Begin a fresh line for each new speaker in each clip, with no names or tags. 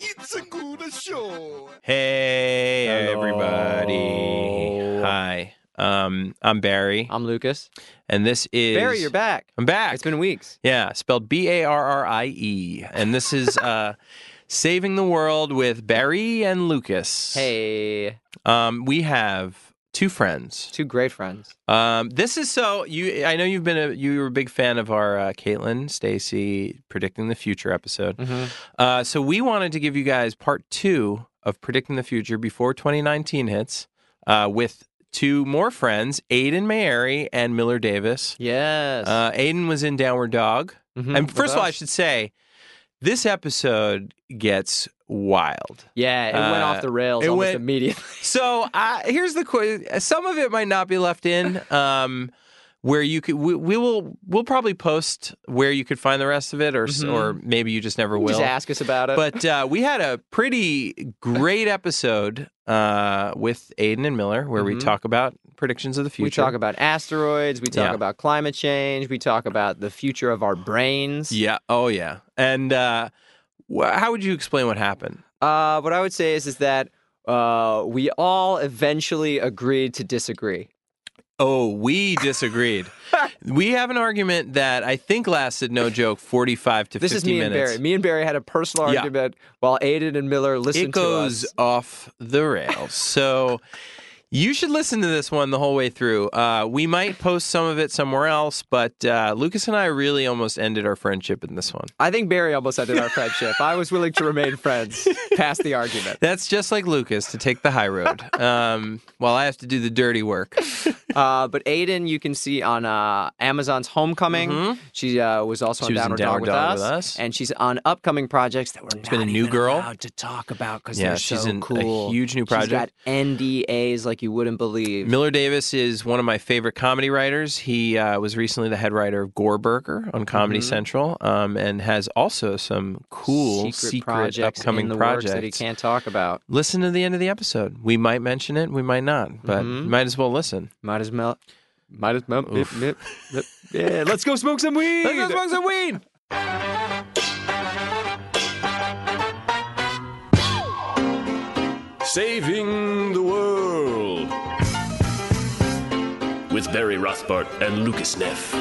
It's a good show.
Hey everybody.
Hello.
Hi. Um I'm Barry
I'm Lucas.
and this is
Barry, you're back.
I'm back.
It's been weeks.
yeah, spelled B A R R I E and this is uh Saving the World with Barry and Lucas.
Hey,
Um we have two friends.
two great friends.
Um this is so you I know you've been a you were a big fan of our uh, Caitlin Stacy predicting the future episode. Uh, so we wanted to give you guys part two of predicting the future before 2019 hits uh, with two more friends, Aiden Mayeri and Miller Davis.
Yes.
Uh, Aiden was in Downward Dog.
Mhm,
And
with
first of all, I
us.
should say this episode gets wild.
yeah, it went
uh,
off the rails
it
almost
went-
immediately.
So I, here's the question. Some of it might not be left in. Um, where you could, we, we will, we'll probably post where you could find the rest of it, or s
Mhm.
or maybe you just never will.
Just ask us about it.
but uh, we had a pretty great episode uh, with Aiden and Miller where we
Mhm.
talk about predictions of the future.
we talk about asteroids. We talk
Yeah.
about climate change. We talk about the future of our brains.
yeah, oh yeah, and uh, wh- how would you explain what happened?
Uh, what I would say is, is that uh, we all eventually agreed to disagree.
Oh, we disagreed. we have an argument that I think lasted no joke forty five to
This is
fifty
me and
minutes.
Barry. Me and Barry had a personal
Yeah.
argument while Aiden and Miller listened
it goes
to us.
off the rails. So you should listen to this one the whole way through. Uh, we might post some of it somewhere else, but uh, Lucas and I really almost ended our friendship in this one.
I think Barry almost ended our friendship. I was willing to remain friends past the argument.
That's just like Lucas to take the high road, um, while I have to do the dirty work.
Uh, but Aiden, you can see on uh, Amazon's Homecoming.
Mhm.
She uh, was also
She
on
was in
Downward, Dog,
Downward Dog
with,
with
us,
us.
and she's on upcoming projects that we're not
been a new
even
girl.
allowed to talk about because
Yeah,
they're
she's
so
in a
cool.
huge new
She's got NDAs like you wouldn't believe.
Miller Davis is one of my favorite comedy writers. He uh, was recently the head writer of Gore Burger on Comedy
Mhm.
Central, um, and has also some cool secret,
projects
upcoming
in the works
projects.
that he can't talk about.
Listen to the end of the episode. We might mention it, we might not, but
Mhm.
you might as well listen.
Might as well. Might as well.
Oof.
mip, mip, mip. Yeah, let's go smoke some weed.
Let's go smoke some weed.
Saving the World with Barry Rothbart and Lucas Neff.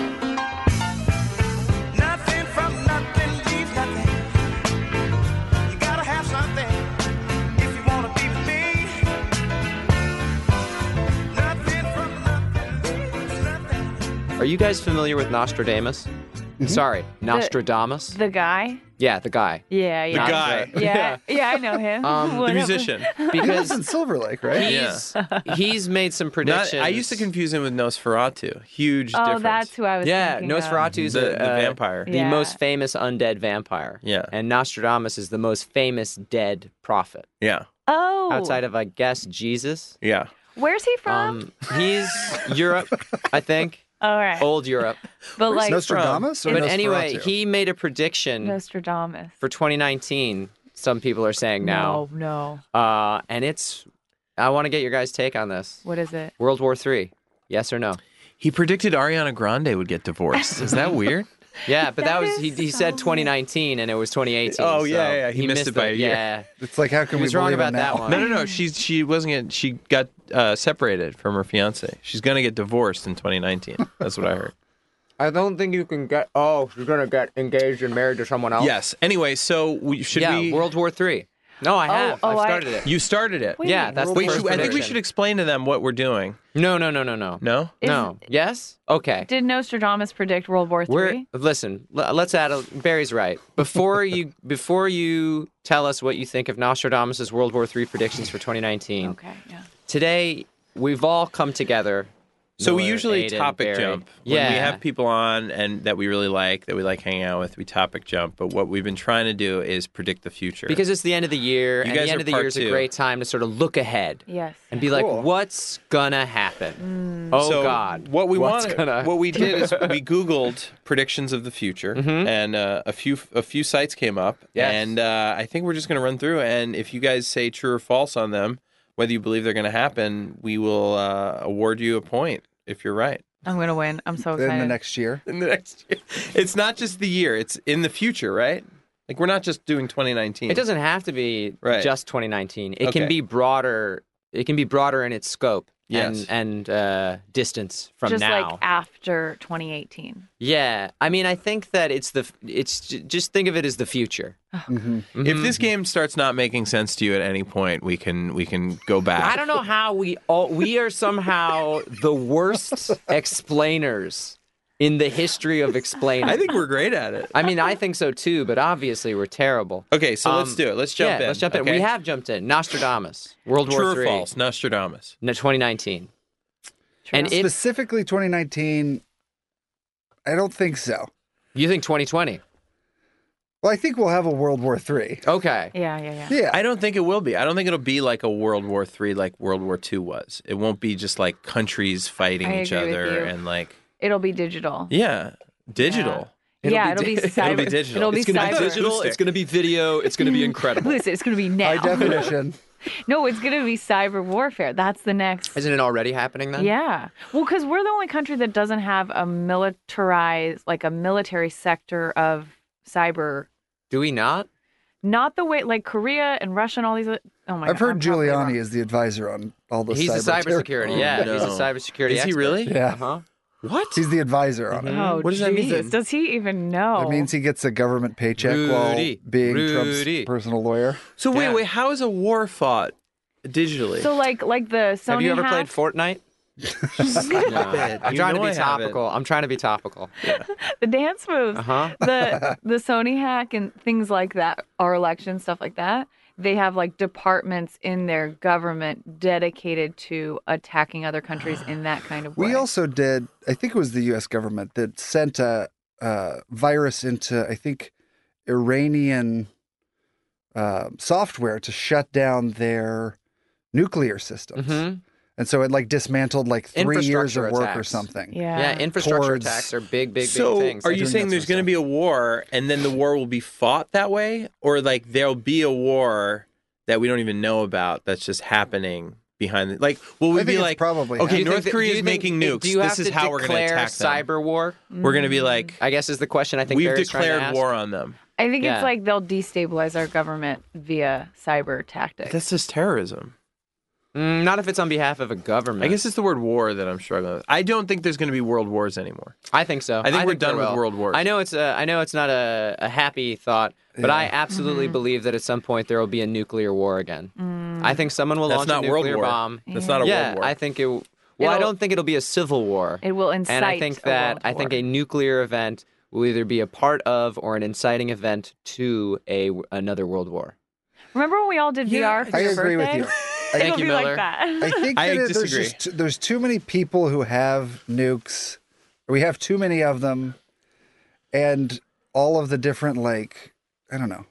Nothing from nothing leaves nothing. You gotta have something if you wanna be with me. Nothing from nothing leaves nothing.
Are you guys familiar with Nostradamus?
Mm-hmm.
Sorry, Nostradamus.
The guy?
yeah, the guy.
Yeah, yeah.
Not
guy.
the-
Yeah, yeah, I know him.
Um,
Whatever.
because
in Silver Lake, right?
he's he's made some predictions.
Not, I used to confuse him with Nosferatu. Huge
Oh,
difference.
that's who I was
Yeah,
thinking of.
Nosferatu is
The-
a-
the
uh,
vampire.
the
Yeah.
most famous undead vampire.
Yeah.
and Nostradamus is the most famous dead prophet
yeah,
Oh.
outside of, I guess, Jesus.
yeah.
Where's he from?
Um, he's Europe, I think,
All right.
old Europe.
but like
Nostradamus or
But anyway,
Nosferatu?
he made a prediction
Nostradamus.
for 2019. Some people are saying now,
No, no.
uh, and it's. I want to get your guys' take on this.
What is it?
World War Three, yes or no?
He predicted Ariana Grande would get divorced. Is that weird?
Yeah, but that,
That
was
is
he, he
so
said
weird.
2019 and it was 2018.
Oh,
so
yeah, yeah, he missed it by a
the-
year.
Yeah,
It's like how can
he
we
was wrong
believe
about
in
that one.
No, no, no. She she wasn't. Getting, she got uh, separated from her fiance. She's gonna get divorced in 2019. That's what I heard.
I don't think you can get. Oh, you're gonna get engaged and married to someone else.
Yes. Anyway, so we, should
Oh. yeah,
we?
World War Three. No, I have.
oh,
I've
I-
started it.
you started it.
Wait,
yeah, that's the
Wait,
first
should, I think we
prediction.
should explain to them what we're doing.
No, no, no, no, no,
No.
Is-
no. Yes. Okay.
Did Nostradamus predict World War
We're
Three?
listen. l- Let's add. A, Barry's right. Before you, before you tell us what you think of Nostradamus' World War Three predictions for 2019.
Okay, yeah.
Today, we've all come together.
So we
Miller,
usually
Aiden,
topic
Barry.
jump. When
Yeah.
we have people on and that we really like, that we like hanging out with, we topic jump. But what we've been trying to do is predict the future.
Because it's the end of the year, and
guys
the
are
end of the
part
year is
two.
a great time to sort of look ahead
Yes.
and be like,
Cool.
what's gonna
Mm.
happen? Oh
so
God,
What we
what's
wanted,
gonna-
what we did is we Googled predictions of the future, and uh, a few a few sites came up,
Mm-hmm. Yes.
and uh, I think we're just going to run through. And if you guys say true or false on them, whether you believe they're going to happen, we will uh, award you a point if you're right.
I'm gonna win. I'm so
in
excited.
the next year.
In the next year, it's not just the year; it's in the future, right? Like we're not just doing 2019.
It doesn't have to be
Right.
just 2019. It
Okay.
can be broader. It can be broader in its scope
Yes.
and and uh, distance from
just
now.
like after 2018.
yeah, I mean, I think that it's the f- it's j- just think of it as the future.
If
Mm-hmm.
this game starts not making sense to you at any point, we can we can go back.
I don't know how we all we are somehow the worst explainers in the history of explaining.
I think we're great at it.
I mean, I think so too, but obviously we're terrible.
Okay, so let's
Um,
do it. Let's jump
yeah,
in.
Let's jump in.
okay?
We have jumped in. Nostradamus, World
true
War
or
Three,
false. Nostradamus.
no, 2019,
True.
and if
Specifically 2019, I don't think so.
you think 2020,
Well, I think we'll have a World War Three.
okay.
yeah, yeah, yeah.
Yeah.
I don't think it will be. I don't think it'll be like a World War Three, like World War Two was. It won't be just like countries fighting
I
each
agree with
other
you.
and like
It'll be digital.
yeah, digital.
yeah, it'll be cyber.
It'll be digital.
It'll be
It's gonna be
cyber.
digital. Acoustic.
to be video. It's going to be incredible.
Listen, it's going to be now.
By definition,
no, it's going to be cyber warfare. That's the next.
Isn't it already happening then?
Yeah. Well, because we're the only country that doesn't have a militarized, like a military sector of cyber.
Do we not?
Not the way, like Korea and Russia and all these. oth- Oh my God.
I've heard
I'm probably
Giuliani
wrong.
is the advisor on all the
He's
cyber
a cybersecurity.
terror-
yeah,
Oh,
he's a
no.
cybersecurity.
Is he
expert.
really?
Yeah,
Uh-huh. Mm-hmm.
What?
he's the advisor on it.
Oh,
What does that mean?
Jesus. Does he even know?
That means he gets a government paycheck
Rudy.
while being
Rudy.
Trump's personal lawyer.
So wait,
Yeah.
wait. How is a war fought digitally?
So, like, like the Sony
Have you ever
hack?
played Fortnite?
it.
I'm
You
trying to
know
be
I haven't.
topical. I'm trying to be topical.
the dance moves,
Uh-huh.
the the Sony hack and things like that, our election stuff like that. They have like departments in their government dedicated to attacking other countries in that kind of way.
We also did. I think it was the U.S. government that sent a, uh virus into I think Iranian uh, software to shut down their nuclear systems,
Mm-hmm.
hmm
and so it like dismantled like three years of
Infrastructure
work or
attacks.
something.
yeah.
Yeah, infrastructure
Towards-
attacks are big, big, big
So
things.
are
They're
you
doing
saying
that
there's
sort
going to
of
be a war and then the war will be fought that way, or like there'll be a war that we don't even know about that's just happening behind the like? Will we
I think
be
it's
like
probably
okay,
Do you think
North
that-
Korea
do
is
you think-
making nukes.
Do you
This
have
is
to
how we're going to
declare
attack them.
cyber war?
We're going to be like
I guess is the question. I think
we've
Barry's trying to
declared
ask.
war on them.
I think
Yeah.
it's like they'll destabilize our government via cyber tactics.
That's just terrorism.
Mm, not if it's on behalf of a government.
I guess it's the word war that I'm struggling with. I don't think there's going to be world wars anymore.
I think so.
I think we're
there
done with
will.
world wars.
I know it's a, I know it's not a, a happy thought, but I absolutely
Mm-hmm.
believe that at some point there will be a nuclear war again. I think someone will
Mm. That's
launch
not
a
world
nuclear
war.
bomb.
That's not a
yeah,
world war.
I think it. Well, I
It'll-
don't think it'll be a civil war.
it will incite.
and I think
a
that
world
I think
war.
a nuclear event will either be a part of or an inciting event to a another world war.
Remember when we all did
Yeah,
VR for
I
your
agree with
birthday?
you.
It'll
Thank
be
you, Miller.
like that.
I think
I
that it- there's
disagree.
just t- there's too many people who have nukes. Or we have too many of them, and all of the different like I don't know,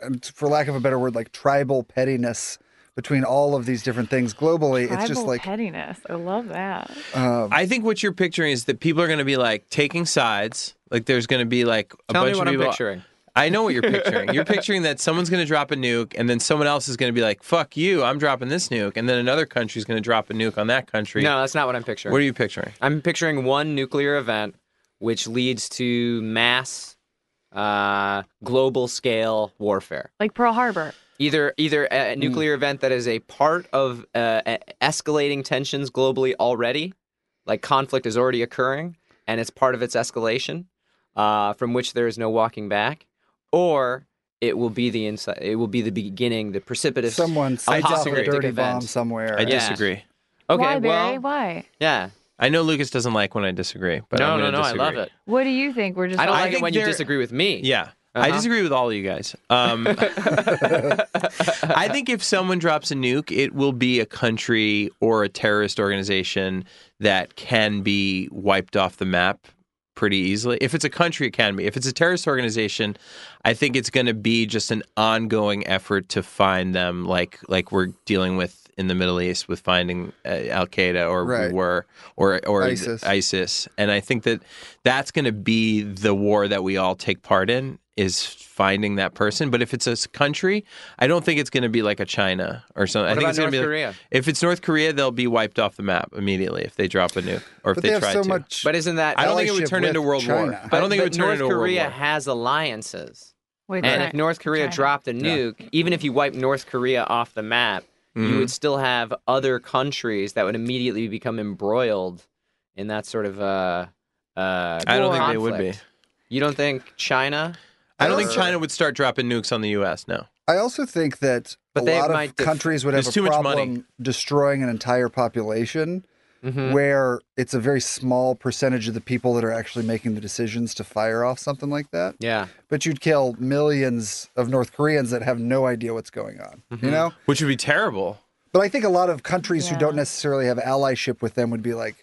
and for lack of a better word, like tribal pettiness between all of these different things globally. it's just
Tribal
like
pettiness. I love that.
um,
I think what you're picturing is that people are going to be like taking sides. Like there's going to be like a
Tell
bunch
me what
of
I'm
people.
picturing.
I know what you're picturing. You're picturing that someone's going to drop a nuke, and then someone else is going to be like, "Fuck you! I'm dropping this nuke," and then another country's going to drop a nuke on that country.
No, that's not what I'm picturing.
What are you picturing?
I'm picturing one nuclear event which leads to mass uh, global scale warfare.
Like Pearl Harbor.
Either either a a
Hmm.
nuclear event that is a part of uh, e- escalating tensions globally already, like conflict is already occurring and it's part of its escalation uh, from which there is no walking back, or it will be the insi- it will be the beginning, the precipitous.
someone
I
set off a
disagree.
dirty
Event.
bomb somewhere.
I
Yeah.
disagree.
okay,
Why, Barry?
well,
Why?
yeah,
I know Lucas doesn't like when I disagree, but
no,
I'm
no,
gonna
no, I
disagree.
love it.
What do you think? We're just
I don't
all-
I
like it
think
when you
there-
disagree with me.
Yeah. I
Uh-huh.
disagree with all you guys. Um, I think if someone drops a nuke, it will be a country or a terrorist organization that can be wiped off the map pretty easily. If it's a country, it can be. If it's a terrorist organization, I think it's going to be just an ongoing effort to find them, like like we're dealing with in the Middle East with finding uh, Al Qaeda or
Right.
we were or or
ISIS.
ISIS. And I think that that's going to be the war that we all take part in is finding that person. But if it's a s- country, I don't think it's going to be like a China or something. I
What
think
about
it's gonna
North
be like-
Korea?
if it's North Korea, they'll be wiped off the map immediately if they drop a nuke or if
But
they,
they have
try
so
to.
much.
But isn't that
I don't think it would
allyship
turn
with
into World War.
China.
I don't
But-
think it
but
would turn
North
into a
Korea
World War.
has alliances.
Wait,
And
China-
if North Korea
China.
dropped a nuke, even if you wiped North Korea off the map,
Mm-hmm.
you would still have other countries that would immediately become embroiled in that sort of uh, uh,
I don't think they would be.
conflict. You don't think China?
I don't think
Or-
China would start dropping nukes on the U.S. No.
I also think that
But
a
they
lot
might
of
def-
countries would have
There's
a
too much money.
problem destroying an entire population Mm-hmm.
Mhm.
where it's a very small percentage of the people that are actually making the decisions to fire off something like that.
Yeah.
But you'd kill millions of North Koreans that have no idea what's going on,
Mm-hmm.
you know?
Which would be terrible.
But I think a lot of countries who
Yeah.
don't necessarily have allyship with them would be like,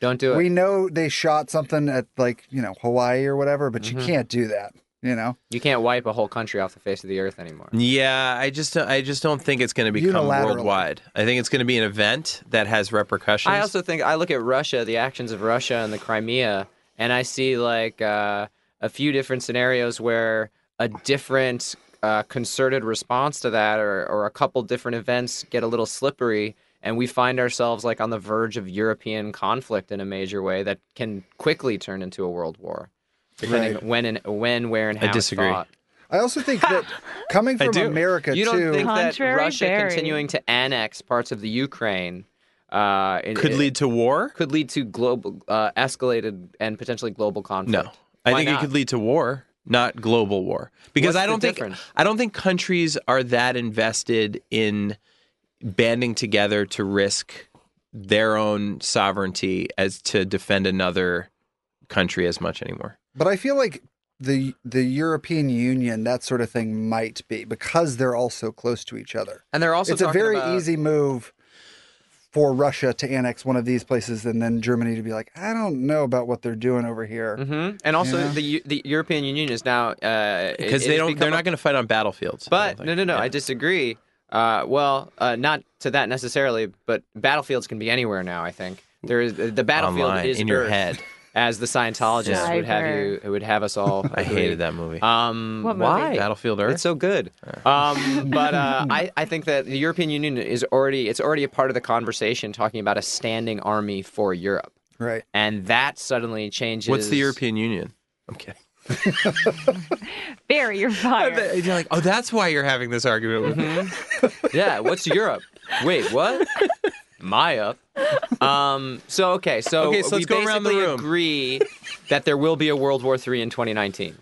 Don't do it.
we know they shot something at like, you know, Hawaii or whatever, but
Mm-hmm.
you can't do that, you know?
You can't wipe a whole country off the face of the earth anymore.
Yeah, I just I just don't think it's going to become
Unilaterally.
worldwide. I think it's going to be an event that has repercussions.
I also think I look at Russia, the actions of Russia and the Crimea, and I see like uh, a few different scenarios where a different uh, concerted response to that, or, or a couple different events get a little slippery, and we find ourselves like on the verge of European conflict in a major way that can quickly turn into a world war, depending
Right.
when and when, where, and
I
how. it's
disagree.
fought.
I also think that coming
I
from
do.
America
You
too.
don't think that
Contrary
Russia
Barry.
continuing to annex parts of the Ukraine uh, it-
could
it-
lead to war.
could lead to global uh, escalated and potentially global conflict.
No, I
Why
think it
not?
could lead to war, not global war, because
What's
I
the
don't think
difference?
I don't think countries are that invested in banding together to risk their own sovereignty as to defend another country as much anymore.
But I feel like the the European Union, that sort of thing, might be because they're all so close to each other.
And they're also
it's a
talking
very
about-
easy move for Russia to annex one of these places, and then Germany to be like, I don't know about what they're doing over here.
Mhm. And also,
Yeah.
the U- the European Union is now uh, it-
Because
it
they
has
don't,
become
they're
a-
not going to fight on battlefields. I
But
don't
no,
think.
no, no.
Yeah.
I disagree. Uh, well, uh, not to that necessarily, but battlefields can be anywhere now. I think there is the battlefield
Online,
is
in your
Earth,
head.
as the Scientologists would have you,
Cyber.
would have us all.
I
agree.
hated that movie.
Um,
What movie?
why?
Battlefield Earth.
It's so good. Um, but uh, I, I think that the European Union is already it's already a part of the conversation talking about a standing army for Europe,
Right.
and that suddenly changes.
What's the European Union? I'm kidding.
Barry, you're fired.
You're like, oh, that's why you're having this argument with me.
Yeah, what's Europe? Wait, what? My up. Um, so okay, so
Okay, so
we
let's go around the
basically
room.
agree that there will be a World War III in 2019.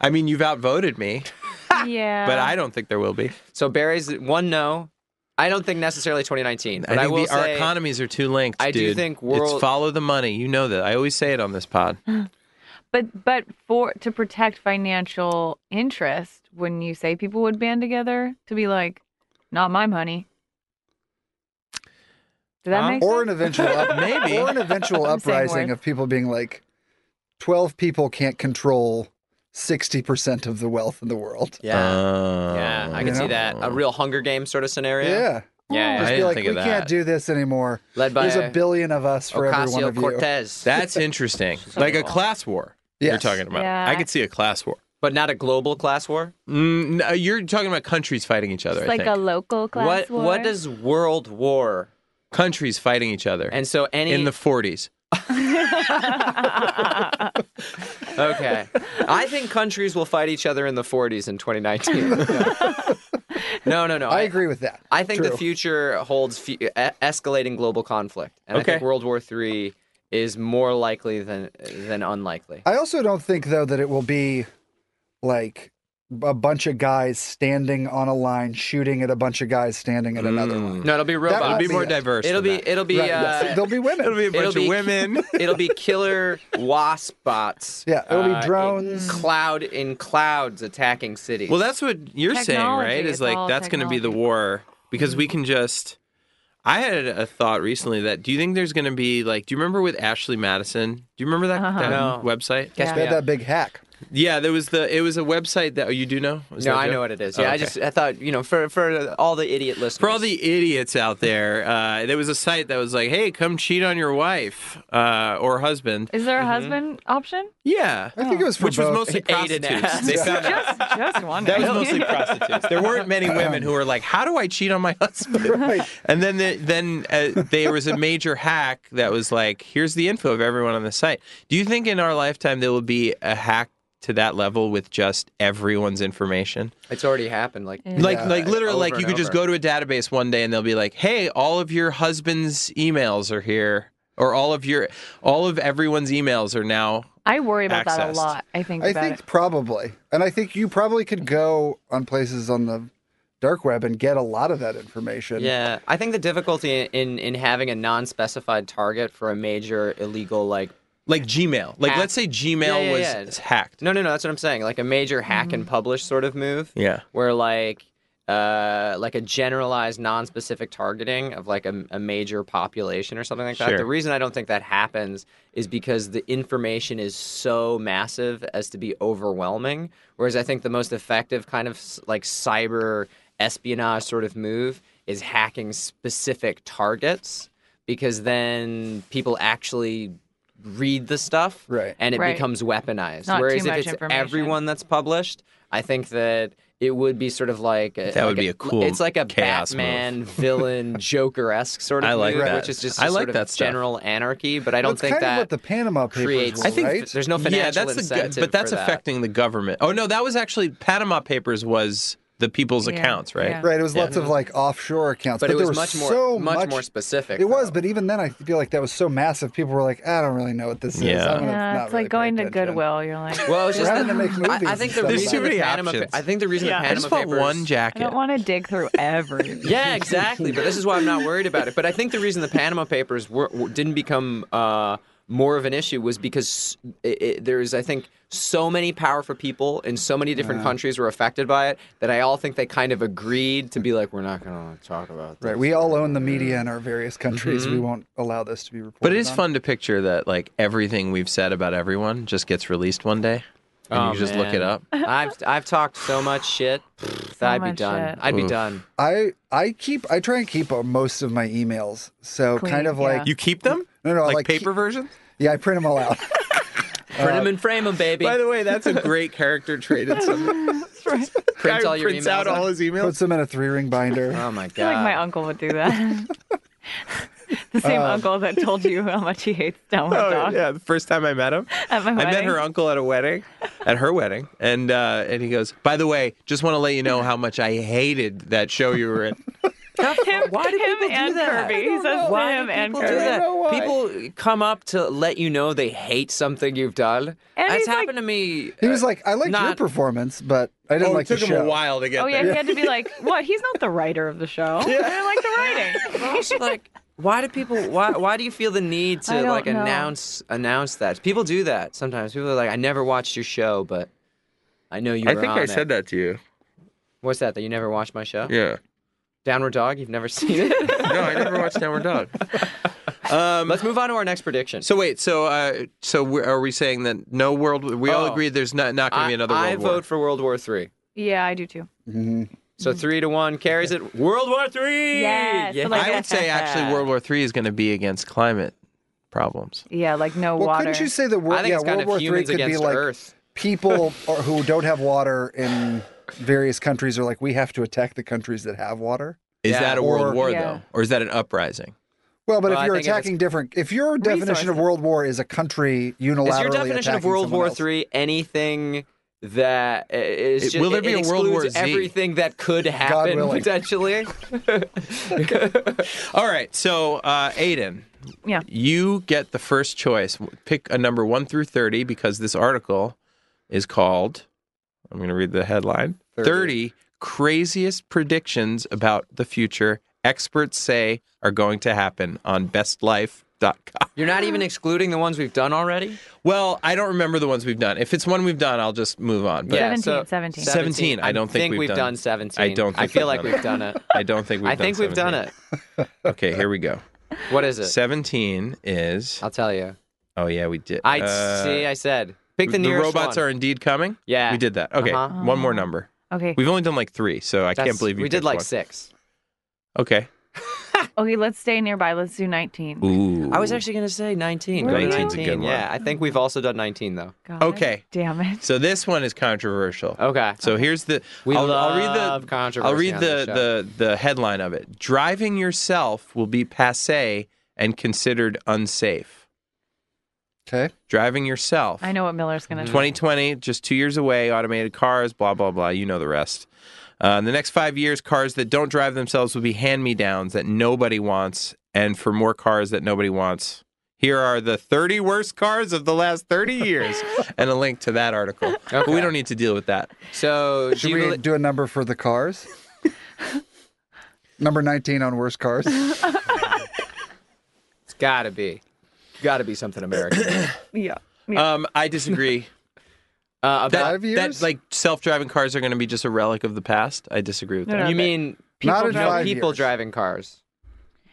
I mean, you've outvoted me,
yeah.
but I don't think there will be.
So Barry's one no. I don't think necessarily 2019, but
I
I,
think
will
the- our
say
economies are too linked.
I do
dude.
think
it's
world-
follow the money. You know that. I always say it on this pod.
But but for to protect financial interest, wouldn't you say people would band together to be like, not my money? Does that
Huh?
make
Or
sense?
an eventual up-
Maybe.
or an eventual
I'm saying
uprising
worth.
of people being like, twelve people can't control sixty percent of the wealth in the world.
yeah.
Oh.
yeah, I can
you
see
know?
that. A real Hunger Game sort of scenario.
Yeah.
Yeah,
Just
I
be
didn't
like,
think
we
of
can't
that.
do this anymore.
led by
There's a billion of us for every one
Ocasio
of you.
Cortez,
That's interesting. like a class war. You're
Yes.
talking about.
Yeah.
I could see a class war.
but not a global class war.
Mm, no, you're talking about countries fighting each other.
It's
I
like a
think.
local class
what
war.
what does world war?
countries fighting each other.
And so any
in the 40s.
okay, I think countries will fight each other in the 40s in 2019. no, no, no.
I agree with that.
I think
True.
the future holds fu- e- escalating global conflict, and I
Okay.
think World War III is more likely than than unlikely.
I also don't think though that it will be like a bunch of guys standing on a line shooting at a bunch of guys standing at another line.
No, it'll be robots.
It'll
It'll be
be
more
it.
diverse.
It'll
than
be
that.
it'll be
Right, yes.
uh,
There'll be women.
It'll be a bunch
it'll
of
be-
women.
It'll be killer wasp bots. uh,
Yeah, it'll be
in
drones.
cloud in clouds attacking cities.
Well, that's what you're saying,
Technology,
right? Is
it's
like
all
that's going to be the
technology.
war
Mm-hmm.
because we can just. I had a thought recently that do you think there's going to be like? Do you remember with Ashley Madison? Do you remember that,
Uh-huh.
that
No.
website?
Catch
They
me
had
up.
that big hack.
Yeah, there was the. It was a website that oh, you do know. Is
No,
that
I
Joe?
know what it is.
Oh,
Yeah, I
okay.
just I thought you know for for all the idiot listeners.
For all the idiots out there, uh, there was a site that was like, "Hey, come cheat on your wife uh, or husband."
Is there a husband option?
Yeah,
I think it was for
which was
both.
mostly
Aided
prostitutes.
ass.
They found out
Just just
That
wondering.
was mostly prostitutes. There weren't many women who were like, "How do I cheat on my husband?"
Right.
And then the, then uh, there was a major hack that was like, "Here's the info of everyone on the site." Do you think in our lifetime there will be a hack to that level with just everyone's information.
It's already happened. Like,
Like,
Yeah.
like literally,
Over
like you
and
could just go
over.
to a database one day and they'll be like, "Hey, all of your husband's emails are here, or all of your, all of everyone's emails are now."
I worry about that a
Accessed.
lot. I think
I
about
think
it.
probably, and I think you probably could go on places on the dark web and get a lot of that information.
yeah, I think the difficulty in in having a non-specified target for a major illegal like
Like Gmail, like
Hack-
let's say Gmail
Yeah, yeah,
was
yeah.
is hacked.
no no no that's what I'm saying like a major hack and publish sort of move
Yeah.
where like uh like a generalized non-specific targeting of like a, a major population or something like that
Sure.
the reason i don't think that happens is because the information is so massive as to be overwhelming whereas i think the most effective kind of s- like cyber espionage sort of move is hacking specific targets because then people actually read the stuff
Right.
and it
Right.
becomes weaponized
Not too
whereas
much
if it's
information.
everyone that's published, I think that it would be sort of like a,
That would
like
be a cool
It's like a
chaos move.
Batman villain Joker esque sort of
I like
move,
that.
which is just
I
a
like
sort of
that stuff.
general anarchy. But I don't
That's
think
kind
that
of what the Panama Papers
creates.
were,
I think
right?
there's no financial
yeah, that's the
incentive,
good, but that's
for that.
affecting the government. Oh no, that was actually Panama Papers was the people's
Yeah,
accounts, right?
yeah.
Right, it was lots of like offshore accounts,
But, it
there
was much more
so
much, more specific.
It was,
though.
but even then, I feel like that was so massive. People were like, "I don't really know what this is."
Yeah.
I'm gonna
Yeah,
not
it's
really
like
pay
going to
attention."
Goodwill. You're like,
well, it was
We're
just
having to make
I- I, think the
movies and stuff
reason
There's too
the
many
Panama, Pa-
options.
I think the reason the
I
Panama
just bought
Papers
one
I
jacket.
don't want to dig through everything.
Yeah, exactly. but this is why I'm not worried about it. But I think the reason the Panama Papers were, w- didn't become uh, more of an issue was because it, it, there's, I think, so many powerful people in so many different countries were affected by it that I all think they kind of agreed to be like, we're not going to talk about this.
Right, we all own the media in our various countries. We won't allow this to be reported.
Mm-hmm. But it is
on.
fun to picture that like everything we've said about everyone just gets released one day, and
Oh,
you just look
man.
it up.
I've I've talked so much shit. that I'd be
much
done.
shit.
I'd be
Oof.
done.
I I keep I try and keep uh, most of my emails, so
Clean,
kind of like
yeah.
You keep them?
No, no, I
like,
Uh, like
paper versions.
yeah, I print them all out.
Print 'em and frame 'em, baby.
By the way, that's a great character trait. It's
That's right. I
Print all your
prints
emails
out
out.
all his
Puts
emails.
them in a three ring binder.
Uh,
oh my god.
feel like my uncle would do that. the same uncle that told you how much he hates downward
Um, Oh,
dog.
yeah, the first time I met him,
At my
I met
wedding.
her uncle at a wedding, at her wedding, and uh, and he goes, "By the way, just want to let you know how much I hated that show you were in."
Him,
Why do
him
people do
and
that?
Kirby. He says
Why
him
do
and
people
Kirby.
do that?
know why.
People come up to let you know they hate something you've done.
he's
That's
like-
happened to me.
He was like, "I liked your
not-
performance, but I didn't
oh,
like
it took
the
him
show."
a while to get
Oh yeah,
there.
he had to be like, what? He's not the writer of the show. I didn't like the writing.
I was like, why do people? Why why do you feel the need
I
to
don't
like
know.
announce announce that? People do that sometimes. People are like, I never watched your show, but I know you. Were on it.
that to you.
What's that? That you never watched my show?
Yeah.
Downward Dog. You've never seen it.
No, I never watched Downward Dog. Um,
Let's move on to our next prediction.
so wait, so uh, so we are we saying that no world? We all
Oh.
agreed there's not not going to
I,
be another world
I
war.
vote for World War Three.
Yeah, I do too.
So three to one carries it. World War Three.
Mm-hmm. Yes, but like-
I would say actually World War Three is going to be against climate problems.
Yeah, like no
Well,
water.
couldn't you say that
I
World,
think
yeah,
it's kind
World
of
War Three
humans
could be
against
like
Earth.
people or, who don't have water in various countries are like, we have to attack the countries that have water.
Is
Yeah.
that a
Or-
world war
Yeah.
though, or is that an uprising?
Well, but
Well,
if
I
you're
think if it's-
attacking different, if your definition of
Resources.
World War is a country unilaterally
Is your definition of
attacking
World
someone
War
else-
Three anything that i- is
It-
just,
will there
it-
be
it
a World War
excludes
Z?
Everything that could happen
willing.
potentially.
All right, so uh, Aiden,
Yeah.
you get the first choice. Pick a number one through thirty because this article is called. I'm going to read the headline:
30.
Thirty craziest predictions about the future experts say are going to happen on BestLife.com.
You're not even excluding the ones we've done already.
Well, I don't remember the ones we've done. If it's one we've done, I'll just move on. But
Yeah,
17,
so-
17.
17, I don't think we've
we've
done-
done, seventeen.
I don't
I
think
feel
we've
like
done
we've done it.
I don't think we've.
I think we've done it.
it. Okay, here we go.
What is it?
Seventeen is.
I'll tell you.
Oh yeah, we did.
I
Uh,
see. I said pick the
the
nearest
robots
one.
are indeed coming.
Yeah.
we did that. Okay,
Uh-huh.
one more number.
Okay.
We've only done like three, so I
That's-
can't believe you
we did
picked
like
one.
six.
Okay.
Okay, let's stay nearby. Let's do 19.
Ooh.
I was actually gonna say nineteen.
Were
Go to
you?
19's a good one.
Yeah, I think we've also done nineteen though.
God
Okay.
Damn it.
So this one is controversial.
Okay.
So here's the.
Oh. We
I'll,
love
I'll read the.
controversy
I'll read
on
the,
this show.
the the headline of it. Driving yourself will be passe and considered unsafe.
Okay.
driving yourself.
I know what Miller's going to
2020, just two years away, automated cars, blah, blah, blah. You know the rest. Uh, in the next five years, cars that don't drive themselves will be hand me downs that nobody wants. And for more cars that nobody wants, here are the 30 worst cars of the last 30 years and a link to that article. But we
Okay.
don't need to deal with that.
So do
Should
you
we
beli-
do a number for the cars? number 19 on worst cars.
it's gotta be, gotta be something American. uh,
Yeah.
Um, I disagree.
about
Five years?
That like self-driving cars are going to be just a relic of the past. I disagree with
No,
that.
no.
you mean
Not
people,
in
no,
five
people
years.
driving cars,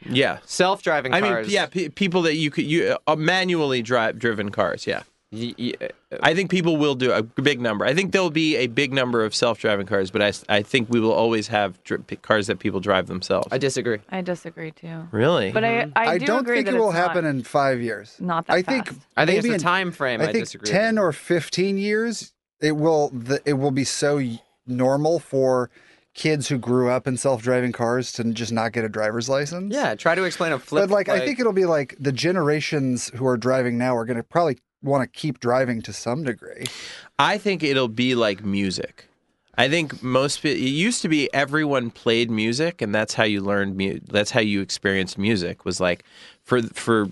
Yeah,
self-driving
I
cars?
mean, yeah, p- people that you could you uh, manually drive driven cars. Yeah,
Y- y- uh,
I think people will do a big number. I think there'll be a big number of self-driving cars, but I, s- I think we will always have dri- p- cars that people drive themselves.
I disagree.
I disagree too.
really?
But I, I,
I
do
don't
agree
think
that
it will
it's
happen
Not,
in five years.
not that
I think
fast.
I think
maybe
it's
in-
the time frame. I,
I think
disagree. with.
10 or 15 years, it will the, it will be so y- normal for kids who grew up in self-driving cars to just not get a driver's license.
Yeah, try to explain a flip.
But like, I think it'll be like the generations who are driving now are going to probably want to keep driving to some degree.
I think it'll be like music. I think most pe- it used to be everyone played music, and that's how you learned. Mu- that's how you experienced music. Was like for for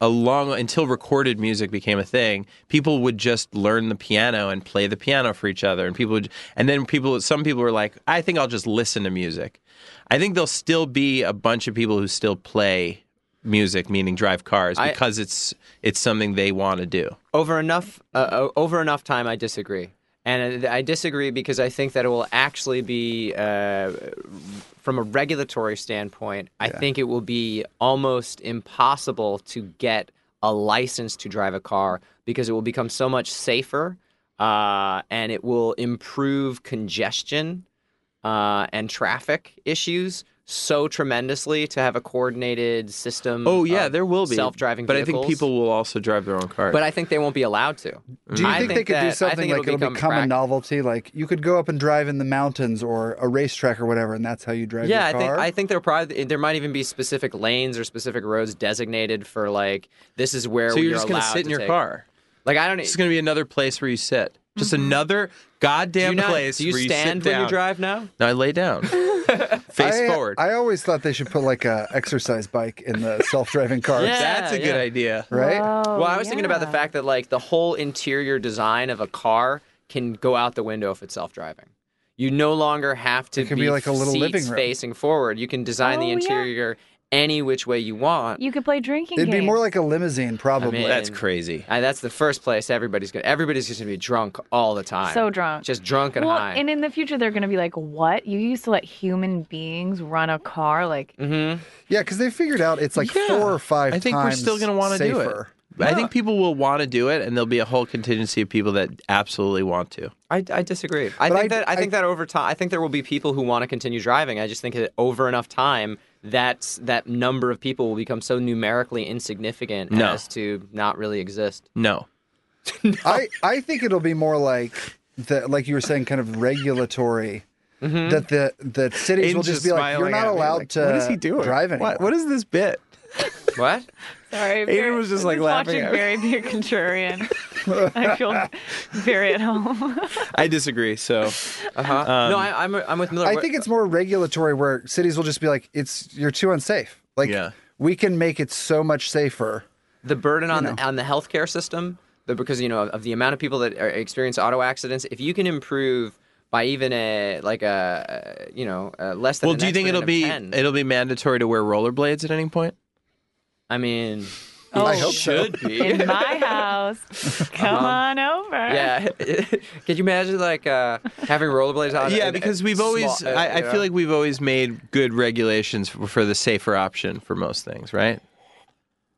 a long until recorded music became a thing. People would just learn the piano and play the piano for each other, and people would. And then people, some people were like, I think I'll just listen to music. I think there'll still be a bunch of people who still play music, meaning drive cars,
I-
because it's it's something they want to do.
over enough uh, o- over enough time i disagree and i disagree because i think that it will actually be uh, from a regulatory standpoint i think it will be almost impossible to get a license to drive a car because it will become so much safer uh, and it will improve congestion uh, and traffic issues so tremendously to have a coordinated system
Oh yeah,
of
there will be
self-driving
But I
vehicles.
think people will also drive their own cars.
But I think they won't be allowed to.
Do you
I
think, they could
that- I
do something
think
like it'll, become, a
prac-
novelty? Like you could go up and drive in the mountains or a racetrack or whatever, and that's how you drive
Yeah, I
your
think
car.
I think there probably there might even be specific lanes or specific roads designated for like this is where
so
we
you're
are
just gonna
allowed
sit in
to
your
take-
car.
Like I don't. e,
It's gonna be another place where you sit. Just another
do
goddamn
you not,
place.
Mm-hmm. Do you
where
stand
you sit
when you
down.
drive now?
No, I lay down, face
I-
forward.
I always thought they should put like a exercise bike in the self-driving cars,
Yeah.
That's a good idea.
right?
Oh,
well, I was thinking about the
yeah.
fact that like the whole interior design of a car can go out the window if it's self-driving. You no longer have to
It could
be,
be like a little
seats
living room.
facing forward. You can design
Oh,
the
yeah.
interior any which way you want.
you could play drinking
It'd be
games.
more like a limousine, probably.
mean-
That's
And-
crazy.
And that's the first place everybody's gonna everybody's just gonna be drunk all the time.
So drunk.
Just drunk and
well,
high.
and in the future they're going to be like, "What? You used to let human beings run a car? Like,
Mm-hmm.
yeah, because they figured out it's like
Yeah.
four or five.
I think we're
times
still gonna want to do it.
safer.
I think people will want to do it, and there'll be a whole contingency of people that absolutely want to.
I, I disagree. I think
I-
that I, think
I-
that over time, I think there will be people who want to continue driving. I just think that over enough time, that's that number of people will become so numerically insignificant
No.
as to not really exist.
No,
I, I think it'll be more like the like you were saying, kind of regulatory.
Mm-hmm.
That the the cities will just be like, you're not allowed to drive anymore.
is this bit?
What?
sorry,
Very- was just, I'm like, just laughing watching at me.
Very be a contrarian. I feel very at home.
I disagree. So
Uh-huh. no, I, I'm I'm with Miller.
I think it's more regulatory where cities will just be like, it's you're too unsafe. Like
Yeah.
we can make it so much safer.
the burden on the, on the healthcare system the, because you know of the amount of people that are, experience auto accidents if you can improve by even a like a uh, you know uh, less than
well,
an
do you think
exponent
it'll
of
be
10,
it'll be mandatory to wear rollerblades at any point?
i mean
Oh,
I hope so.
be
in my house. Come on over.
Uh-huh. yeah could you imagine like uh, having rollerblades on
yeah
in-
because
in
we've
Uh, small-
always
uh,
I, I
you know?
feel like we've always made good regulations for, for the safer option for most things right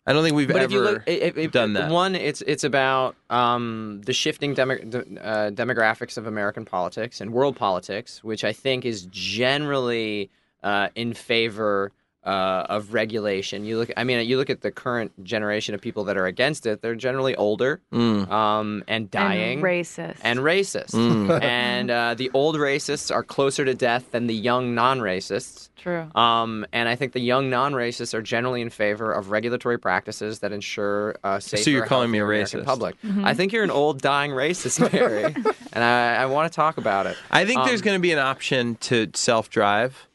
i don't think we've
but
ever
if you look, if, if,
done that
One, it's it's about um, the shifting demo, de- uh, demographics of American politics and world politics, which I think is generally uh, in favor uh, of regulation. You look, I mean, you look at the current generation of people that are against it. They're generally older
Mm.
um, and dying
and racist
and racist.
Mm.
and uh, the old racists are closer to death than the young non-racists.
true.
Um, and I think the young non-racists are generally in favor of regulatory practices that ensure uh, safer.
you're calling me a
healthier American
racist.
Public. I think you're an old dying racist, Mary, and I, I want to talk about it.
I think there's
Um,
going to be an option to self drive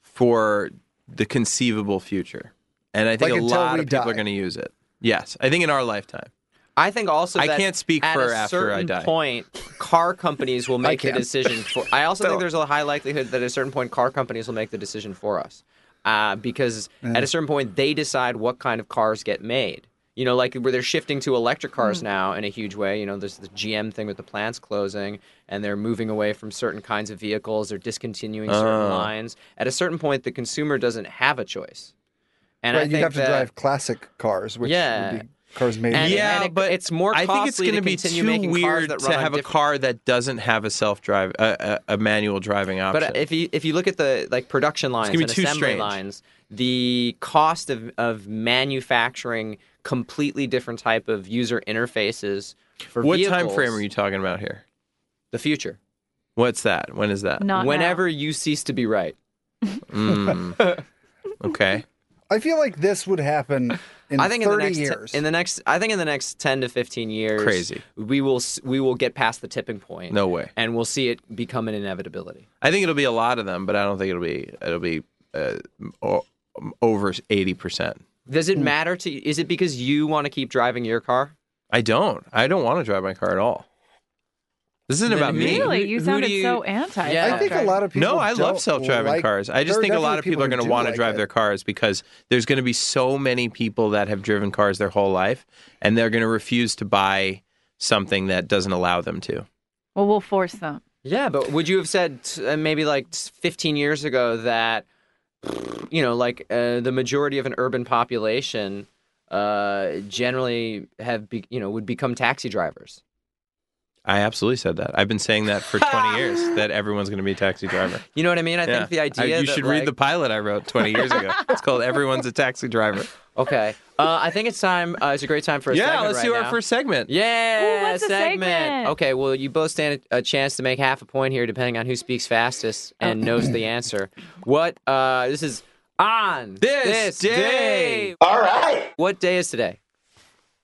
for the conceivable future, and I think
Like
a
until
lot
we
of people
die.
are going to use it. Yes, I think in our lifetime.
I think also
I
that
can't speak
at
for
a
after I
certain
die.
point, car companies will make the
can.
decision for. I also think there's a high likelihood that at a certain point, car companies will make the decision for us, uh, because
Mm.
at a certain point they decide what kind of cars get made. You know, like where they're shifting to electric
Mm.
cars now in a huge way. You know, there's the GM thing with the plants closing, and they're moving away from certain kinds of vehicles. They're discontinuing certain
Ah.
lines. At a certain point, the consumer doesn't have a choice. And I
right,
think
you'd have to
that-
drive classic cars, which
Yeah.
would be cars made.
And-
yeah,
it-
but
it's more
I think it's
costly to
going be
continue
too
making cars
weird
that
to
run on
have a
different-
car that doesn't have a self drive, a, a, a manual driving option.
But if you if you look at the like production lines
gonna be
and
too
assembly
strange.
lines, the cost of of manufacturing completely different type of user interfaces for
what
vehicles,
time frame are you talking about here?
The future.
What's that? When is that?
Not now.
Whenever you cease to be right.
Okay.
I feel like this would happen in
I think in the
30
next te-
years.
in the next I think in the next 10 to 15 years
Crazy.
we will s- we will get past the tipping point.
No way.
And we'll see it become an inevitability.
I think it'll be a lot of them, but I don't think it'll be it'll be uh, o- over eighty percent.
Does it matter to is it because you want to keep driving your car?
I don't. I don't want to drive my car at all. This isn't
Then
about
who-
me.
really, you
Who
sounded
do you-
so anti.
Yeah.
I think a lot of people.
No, I love
don't
self-driving
like-
cars. I
there
just
are
think a lot
definitely
of people are
who
going to
do
want to
like
drive
it.
their cars because there's going to be so many people that have driven cars their whole life, and they're going to refuse to buy something that doesn't allow them to.
Well, we'll force them.
Yeah, but would you have said uh, maybe like 15 years ago that you know, like uh, the majority of an urban population uh, generally have be- you know would become taxi drivers?
I absolutely said that. I've been saying that for 20 years that everyone's going to be a taxi driver.
You know what I mean? I think the
Yeah. I-
idea
you
that,
should
like-
read the pilot I wrote 20 years ago. it's called "Everyone's a Taxi Driver."
Okay, uh, I think it's time. Uh, it's a great time for a
Yeah,
segment
let's
right
do our
now.
first segment.
Yeah,
Ooh, what's the segment?
Okay, well, you both stand a a chance to make half a point here, depending on who speaks fastest
Oh.
and knows the answer. What? Uh, this is on
This
day.
day.
All right. What day is today?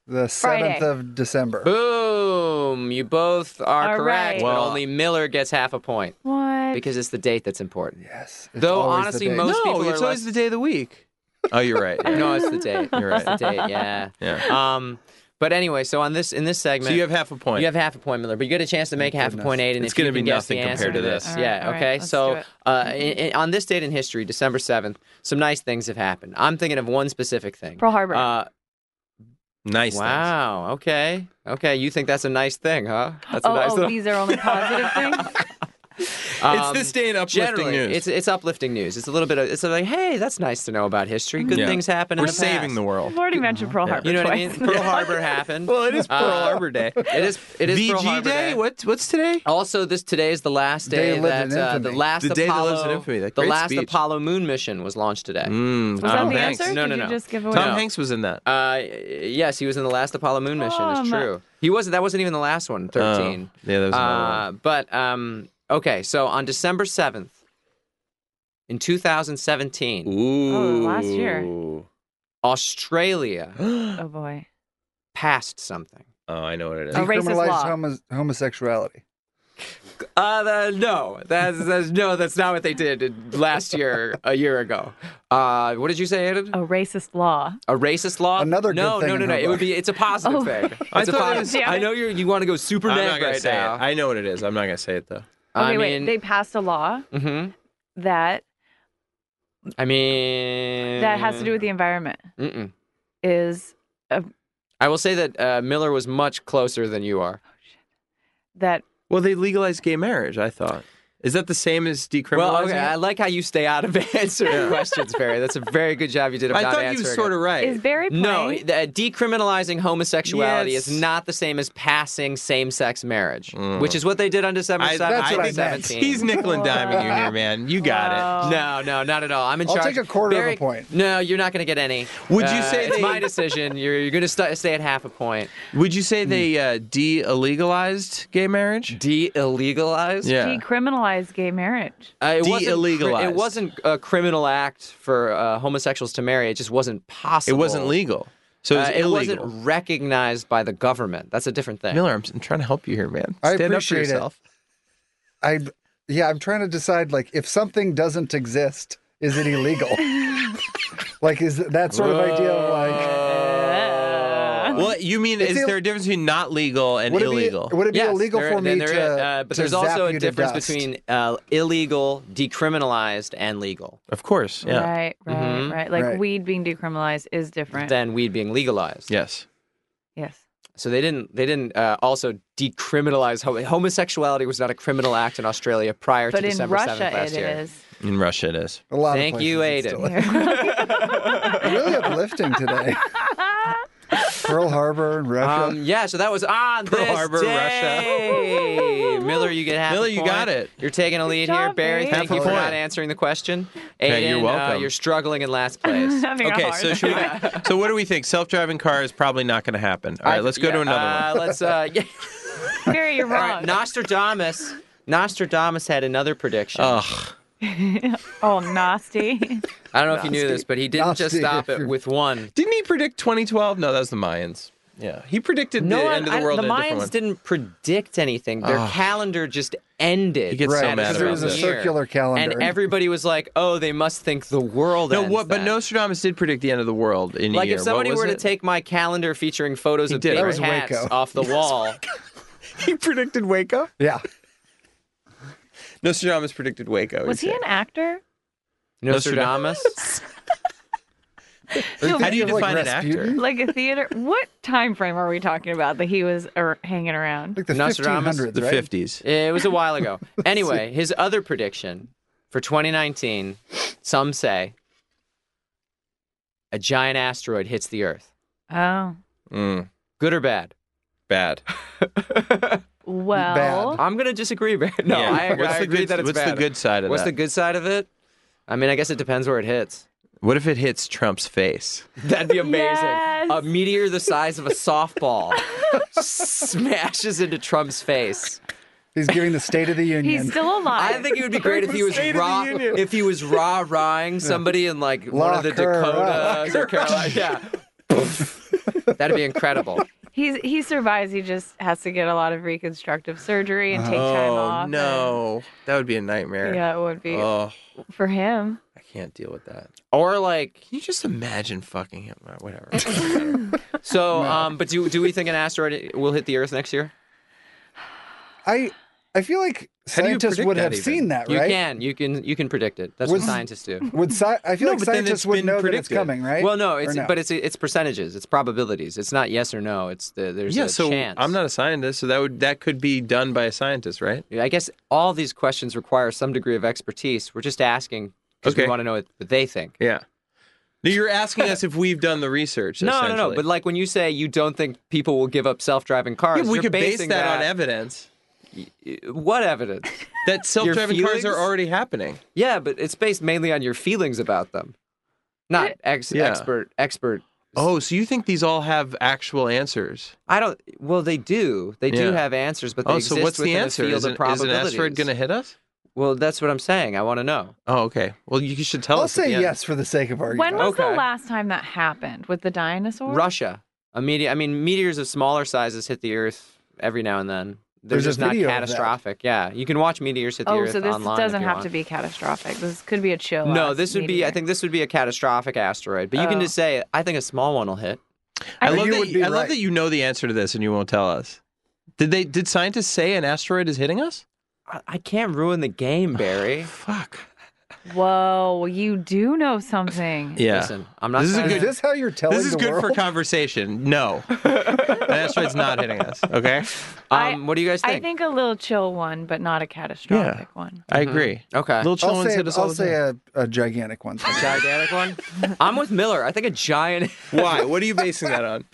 The seventh
Friday.
of December.
Boom! You both are
All
correct,
right.
but
Well-
only Miller gets half a point
What?
because it's the date that's important.
Yes. it's
Though
always the
honestly,
day.
most
no,
people
it's
are
always
less-
the day of the week. Oh, you're right. yeah.
No, it's the date.
You're
It's the
right.
date. Yeah.
Yeah.
Um. But anyway, so on this in this segment,
So you have half a point.
you have half a point, Miller, but you get a chance to make half a point eight, and
It's
if you
gonna
can
be
guess the
nothing
answer-
compared to this.
All right,
Yeah.
all right,
Okay.
let's do
so
it.
uh, in, in, on this date in history, December seventh, some nice things have happened. I'm thinking of one specific thing.
Pearl Harbor.
Uh,
nice. things.
wow. Okay. Okay. You think that's a nice thing, huh? That's a
oh,
nice
oh,
thing.
these are only positive things.
Um,
it's this day in uplifting
Generally,
news.
it's it's uplifting news. It's a little bit of it's like, hey, that's nice to know about history. Good
Yeah.
things happen. in
We're
the
saving
past.
the world.
I've already mentioned Pearl Harbor
You know what I mean?
twice.
Pearl Harbor happened.
Well, it is Pearl
Uh,
Harbor Day.
It is. It is
VG
Pearl Harbor
Day.
Day.
What? What's today?
Also, this today is the last
Day
day
lived
that
in
uh, the
infamy.
last
The day that
Apollo,
lives in infamy. That
the
great
last
speech.
Apollo moon mission Uh, was launched today.
Mm,
Was that
Tom
the
Hanks.
answer?
um, No, no,
Did you
no.
just give away?
Tom Hanks was in that.
Uh, yes, he was in the last Apollo moon mission. It's
Um,
Tom.
true. He wasn't. That wasn't even the last one. Thirteen.
Oh, yeah, that was another
Uh, but um, okay. So on December seventh, in 2017,
one. Ooh.
last year.
Oh,
Australia
Oh boy.
passed something.
Oh, I know what it is.
A racist
Decriminalized
law.
homo- homosexuality.
Uh, the- no, that's, that's no, that's not what they did in- last year, a year ago. Uh, what did you say,
Oh,
Aiden?
A racist law.
A racist law?
Another good
no,
thing
no, no,
in
no.
her
It would
book.
be. It's a positive
Oh.
thing. It's
I
a
thought it
positive.
was-
Damn
I
it.
know you you want to go super
I'm
neg
not gonna
right
say
now.
it. I know what it is. I'm not gonna say it though.
Okay,
I
wait.
mean,
They passed a law
mhm.
that
I mean,
that has to do with the environment.
Mm-mm.
Is
I will say that uh, Miller was much closer than you are.
that
Well, they legalized gay marriage. I thought. Is that the same as decriminalizing?
Well, okay. I
it?
like how you stay out of answering questions, Barry. That's a very good job you did of
I
not
thought you
answering.
were
it.
sort of right.
Is Barry playing?
No, the, uh, decriminalizing homosexuality
Yes.
is not the same as passing same-sex marriage, which is what they did on December
I,
7th,
That's what Mm. I meant.
2017.
He's nickel and diming you here, man. You got it.
Wow.
No, no, not at all. I'm in
Um, I'll
charge.
take a quarter of a
Barry-
point.
No, you're not going to get any.
Would you
Uh,
say
it's
they-
my decision? You're, you're going to st- stay at half a point.
Would you say they uh, de-illegalized gay marriage?
De-illegalized?
Yeah.
Decriminalize gay marriage.
Uh, it Wasn't, cri-
De-illegalized.
it wasn't a criminal act for uh, homosexuals to marry. It just wasn't
It
possible.
wasn't legal. So it was
Uh, it
illegal.
wasn't recognized by the government. That's a different thing.
Miller, I'm, I'm trying to help you here, man.
I
Stand up for
appreciate it.
yourself.
I yeah, I'm trying to decide like if something doesn't exist, is it illegal? like is that sort of idea of like
Oh.
Well, you mean
It's
is
ill-
there a difference between not legal and
would it
illegal?
be would it be
Yes,
illegal
there-
for
then
me
there
to?
is, uh, but
to
there's
zap
also
you
a
to
difference
dust?
between uh, illegal, decriminalized, and legal.
of course. Yeah.
Right, right,
Mhm.
right. Like
Right.
weed being decriminalized is different.
Than weed being legalized.
Yes.
yes.
So they didn't. They didn't uh, also decriminalize homo- homosexuality was not a criminal act in Australia prior
But
to
in
December
Russia,
7th last
it
year.
is.
In Russia, it is.
A lot of
Thank you,
places it's
Aiden.
still- really uplifting today. Pearl Harbor and Russia.
Um, yeah, so that was on
Pearl
this
Harbor,
day. Russia. Miller, you get half.
Miller,
a
you
point.
got it.
You're taking a lead
Good
here,
job,
Barry.
Barry.
Thank
Half
you
a
for
point.
not answering the question.
Hey, you're
Aiden, uh,
welcome.
you're struggling in last place.
Having a
Okay,
hard
so should we, so what do we think? Self-driving car is probably not going to happen. All right, let's go to
Yeah,
another
uh,
one.
Let's. Uh, yeah.
Barry, you're
All right,
wrong.
Nostradamus. Nostradamus had another prediction.
Ugh.
oh, nasty.
I don't know if you knew this, but he didn't just
Nasty.
stop it with one.
Didn't he predict 2012? No, that was the Mayans. Yeah, he predicted
No,
the
I-
end of the
I-
world. in a different one.
Mayans didn't predict anything. Their
Ugh.
calendar just ended.
He gets so
right,
mad
because there
about
was a
this.
circular calendar.
And everybody was like, "Oh, they must think the world."
No,
ends
what? But
then.
Nostradamus did predict the end of the world in a
Like
year.
if
What
somebody
was
were to
it?
take my calendar featuring photos
He
of
did.
big
That was
hats
Waco.
off the wall,
he predicted Waco.
yeah.
Nostradamus predicted Waco.
Was he
said.
an actor?
Nostradamus.
No,
How do you
Think of,
define an actor?
Rasputin?
like a theater. What time frame are we talking about that he was er, hanging around?
Like the
Nostradamus?
1500s,
the
right?
50s?
it was a while ago. Anyway, his other prediction for 2019, some say, a giant asteroid hits the Earth.
Oh,
Mm,
Good or bad?
bad.
well.
I'm gonna disagree. man. No,
Yeah.
I, agree-
what's
I
the
agree
good,
that it's
What's
bad.
the good side of
What's
that?
the good side of it? I mean, I guess it depends where it hits.
What if it hits Trump's face?
That'd be amazing.
Yes.
A meteor the size of a softball smashes into Trump's face.
He's giving the State of the Union.
He's still alive.
I think it would be great if he was
State of the
raw.
Union.
If he was raw rawing somebody in like one of the
Lock her up.
Dakotas or Carolina. Yeah. That'd be incredible.
He's he survives. He just has to get a lot of reconstructive surgery and take time
oh
off.
no, that would be a
and-
nightmare.
yeah, it would be
Oh,
for him.
I can't deal with that.
Or like
Can you just imagine fucking him? Uh, Whatever.
so. Um, but do do we think an asteroid will hit the Earth next year?
I I feel like
How do you
scientists
predict
would
that
have
even?
seen that,
You
right?
can. You can. You can predict it. That's what
Was-
scientists do.
Would sci- I feel
No,
like
but then it's
scientists would
been
know that it's
predicted.
coming, right?
Well, no,
Or
it's but it's it's percentages, it's probabilities. It's not yes or no. It's the, there's
yeah,
a
so
chance.
I'm not a scientist, so that would that could be done by a scientist, right?
I guess all these questions require some degree of expertise. We're just asking because
Okay.
we want to know what, what they think.
Yeah. No, you're asking us if we've done the research.
No, no, no.
essentially.
But like when you say you don't think people will give up self-driving cars,
Yeah, we
you're
could base that,
basing
on evidence
evidence. What evidence?
that self-driving cars
feelings?
are already happening.
yeah, but it's based mainly on your feelings about them, not ex-
Yeah.
expert expert.
Oh, so you think these all have actual answers?
I don't. Well, they do. They do
Yeah.
have answers, but they
Oh,
exist
so what's the
within
answer?
a field
Is an,
of
is an
probabilities.
asteroid going to hit us?
Well, that's what I'm saying. I want to know.
Oh, okay. Well, you should tell
I'll
us. at
say
the end.
yes for the sake of argument.
When was the
Okay.
last time that happened with the dinosaur?
Russia. A meteor. I mean, meteors of smaller sizes hit the Earth every now and then. They're
There's a
just not
video of that.
catastrophic. Yeah, you can watch meteors hit the
Oh,
Earth
so this
online. if
doesn't
you
have
want.
to be catastrophic. This could be a chill.
No,
out
this would be. I
meteor.
think this would be a catastrophic asteroid. But you can
Oh.
just say, I think a small one will hit.
I
I
love
you
that.
would be
I love
right.
that you know the answer to this and you won't tell us. Did they? Did scientists say an asteroid is hitting us?
I, I can't ruin the game, Barry.
Fuck.
Whoa, well, you do know something.
Yeah.
Listen, I'm not.
This is a
trying
Is
good-
to,
this how you're telling
This is
the
good for
world?
conversation. No. Asteroid's not hitting us. Okay.
um, what do you guys think?
I think a little chill one, but not a catastrophic one.
I agree.
Mm-hmm. okay,
Little chill
I'll
ones
say,
hit us all
I'll
the
say
time.
a, a gigantic one.
gigantic one. I'm with Miller. I think a giant.
Why? What are you basing that on?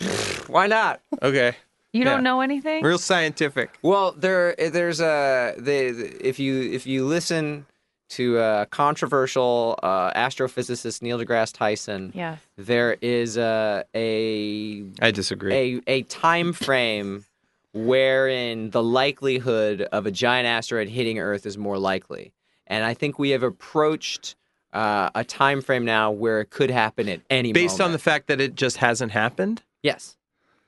Why not?
Okay.
You don't
Yeah.
know anything?
Real scientific.
Well, there, eh, there's a they, if you if you listen to uh, controversial uh, astrophysicist Neil deGrasse Tyson,
Yes.
there is a a
I disagree.
a, a time frame wherein the likelihood of a giant asteroid hitting Earth is more likely, and I think we have approached uh, a time frame now where it could happen at any
Based on the
moment.
fact that it just hasn't happened,
yes.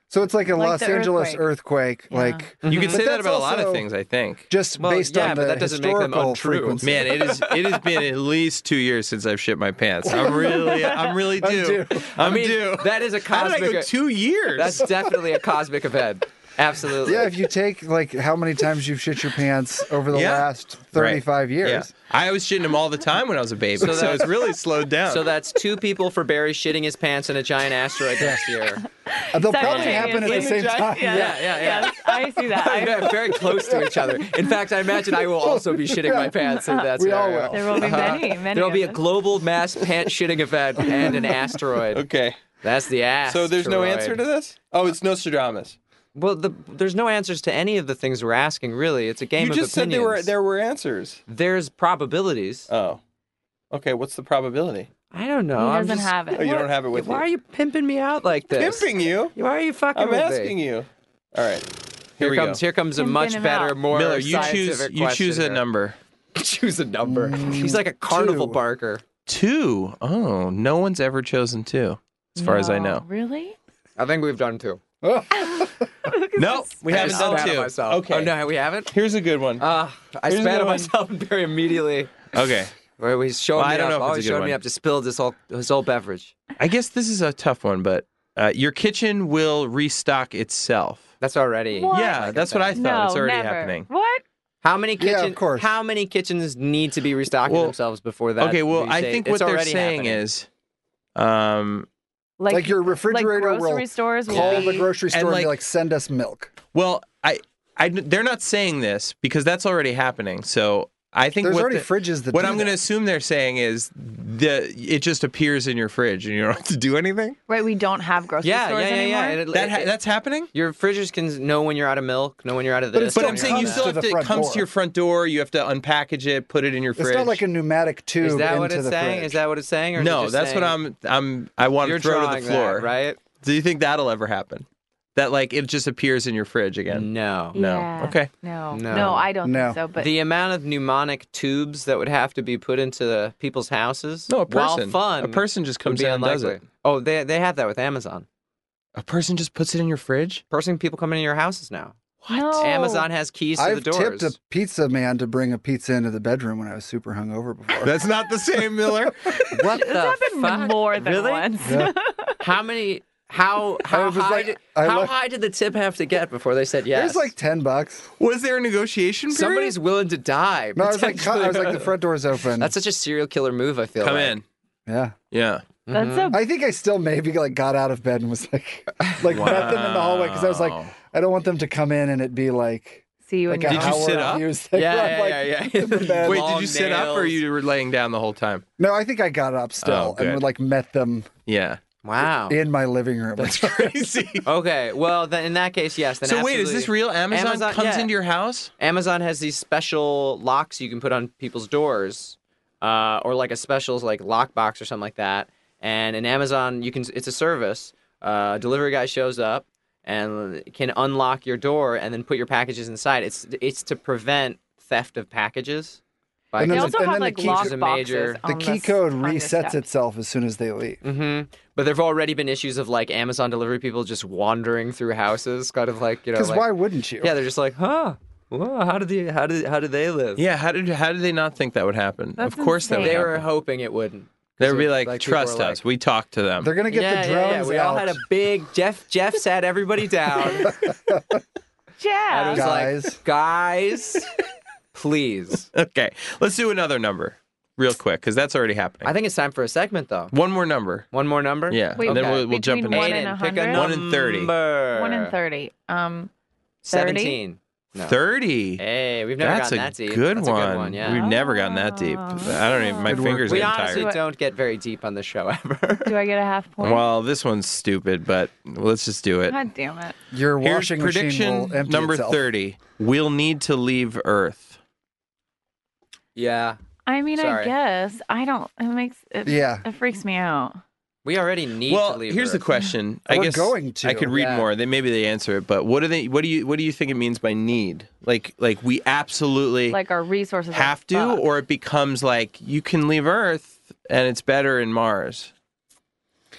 So it's like a
Like
Los
the
Angeles earthquake,
Yeah.
like
Mm-hmm.
you could
But
say that
that's
about a lot of
also-
things. I think.
just
Well,
based
yeah,
on
but
the
that doesn't make them
historical
untrue.
frequency.
Man, it is. It has been at least two years since I've shit my pants. I'm really, I'm really due.
due.
I'm
I mean,
due.
that is a
How did I go
cosmic. e-,
two years?
That's definitely a cosmic event. Absolutely.
Yeah, if you take like how many times you've shit your pants over the
Yeah.
last
Right.
35 years.
Yeah. I was shitting them all the time when I was a baby, so, it's really slowed down.
So that's two people for Barry shitting his pants in a giant asteroid next year.
Uh, They'll probably happen at the
Simultaneously.
same time.
Yeah,
Yeah, yeah, yeah.
Yes, I see that. I-
Yeah, very close to each other. In fact, I imagine I will also be shitting my pants in that
We all
scenario.
will.
there will be many, many.
There will
of
be a
us.
global mass pant shitting event and an asteroid.
okay.
That's the ass.
So there's no answer to this. Oh, it's Nostradamus.
Well, the, there's no answers to any of the things we're asking. Really, it's a game
you
of
just said there
opinions.
were there were answers.
There's probabilities.
Oh. Okay. What's the probability?
I don't know.
He
I'm
doesn't
just-
have
Oh,
it.
you don't have it with
Why are
you.
you pimping me out like this?
Pimping you.
Why are you fucking?
I'm
with
asking
me?
you. All right. Here,
Here,
we
comes
go.
here comes a
Pimping
much
him
better,
out.
more
Miller, you choose
scientific
you choose
question here.
a
Mm.
number.
choose a number. He's like a carnival
two.
barker.
Two. Oh, no one's ever chosen two, as far as I
No.
know.
Really?
I think we've done two.
No, we
I
haven't
just
done
spat at
two.
Myself.
Okay.
Oh no, we haven't.
Here's a good one.
Uh, I spat
Here's another
at
one.
myself very immediately.
okay.
Where he's showing
Well,
me
I don't
up.
know if it's
oh,
a
he
good
showed
one.
me up to spill this whole his whole beverage.
I guess this is a tough one, but uh, your kitchen will restock itself.
That's already.
What?
Yeah, that's what I thought.
no,
it's already
never.
happening.
What?
How many
Yeah,
kitchens?
of course.
How many kitchens need to be restocking
Well,
themselves before that?
okay, well,
we
I
say-
think
it's
what they're
already
saying
happening.
is, um,
Like, your
like
refrigerator
grocery
will
stores will
call
be,
the grocery store and,
like-
be like, send us milk.
well, I, I, they're not saying this because that's already happening. So I think
There's
what
already
the-
fridges that
What
do
I'm going to assume they're saying is the it just appears in your fridge and you don't have to do anything.
right. We don't have grocery
Yeah, yeah,
stores
yeah,
anymore.
yeah. and it-
That ha-
it-
that's happening.
your fridges can know when you're out of milk, know when you're out of this.
it's
But
still
I'm
know
saying
when
you
you're
comes
out
still have
to the
to. It
front
comes
door.
to your front door. You have to unpackage it, put it in your
It's
fridge.
not like a pneumatic tube
that. Is that
into
what it's
the
saying?
fridge.
Is that what it's saying? Or is it
no,
just
that's what
saying
I'm. I'm. I want
You're
to throw to
drawing
the
that,
floor.
right?
Do you think that'll ever happen? That like it just appears in your fridge again?
No.
No.
Yeah.
Okay.
No.
No.
No. I don't
No.
think so. But
the amount of mnemonic tubes that would have to be put into people's houses.
No, a
while
person.
fun
A person just
would
comes
be
in and does
unlikely.
it.
Oh, they they have that with Amazon.
A person just puts it in your fridge.
Person, people come into your houses now.
Oh.
no.
Amazon has keys to
I've
the doors.
tipped a pizza man to bring a pizza into the bedroom when I was super hungover before.
That's not the same, Miller.
what
It's happened more than
really?
once.
Yeah.
How many? How how
was
high?
like-
did,
I
how
looked-
high did the tip have to get before they said yes?
It was like 10 bucks.
Was there a negotiation period?
somebody's willing to die.
No, I was like,
potentially.
I was like, the front door's open.
That's such a serial killer move. I feel.
come
like.
in.
yeah.
Yeah.
That's a
I think I still maybe like got out of bed and was like, like nothing in the hallway because I was like,
Wow.
I don't want them to come in and it be like,
see you
like
in
a
your
Did you
hour
sit
of
up?
use thing
Yeah,
where I'm,
yeah,
like,
yeah, yeah.
in bed.
Wait, did
Long
you sit up or
nails.
you were laying down the whole time?
No, I think I got up
Oh,
still
good.
and would like met them
Yeah.
Wow.
in my living room.
Crazy.
Okay. Well, then in that case, yes. Then
so wait, is this
absolutely.
real? Amazon,
Amazon-
comes
yeah.
into your house?
Amazon has these special locks you can put on people's doors, uh, or like a special like lockbox or something like that. And in Amazon, you can it's a service. Uh, delivery guy shows up and can unlock your door and then put your packages inside. It's it's to prevent theft of packages. By
And
They
then
also
and
have
then the
like
key-
lock
is a
boxes.
major-
the
on
key
this-
code
on this
resets
stuff.
itself as soon as they leave.
hmm But there've already been issues of like Amazon delivery people just wandering through houses, kind of like you know.
Because
Like,
why wouldn't you?
yeah, they're just like, huh? Whoa, how did the how did how did they live?
Yeah, how did how did they not think that would happen?
That's
of course that would
they
happen.
were hoping it wouldn't.
They would be
So,
like,
like, people were
trust
like-
us. we talked to them.
They're gonna get the drones
We
out.
all had a big Jeff. Jeff sat everybody down. I was
Yeah.
Guys.
like, guys, please.
Okay, let's do another number. real quick because that's already happening.
I think it's time for a segment, though.
One more number.
One more number.
Yeah.
Wait,
and then
okay.
we'll, we'll jump
Between
into
one and
Aiden, pick a
hundred?
One and thirty.
number.
One in thirty. Um, 30?
Seventeen. No.
30.
Hey, we've never
That's a
gotten that deep.
good
That's
one.
A good one. Yeah.
We've never gotten that deep. I don't even. My
Good work.
fingers
We
getting
honestly
tired.
don't get very deep on the show ever.
do I get a half point?
Well, this one's stupid, but let's just do it.
God damn it!
Your
Here's
washing machine
prediction
will empty
number
itself.
30. We'll need to leave Earth.
yeah.
I mean,
Sorry.
I guess I don't. It makes it,
Yeah.
it freaks me out.
We already need
well,
to leave.
here's the
Earth.
question. I
We're
guess
going to.
I could read
Yeah.
more. Then maybe they answer it. But what do they? What do you? What do you think it means by need? Like, like we absolutely
Like our resources are
have to,
fucked.
or it becomes like you can leave Earth and it's better in Mars.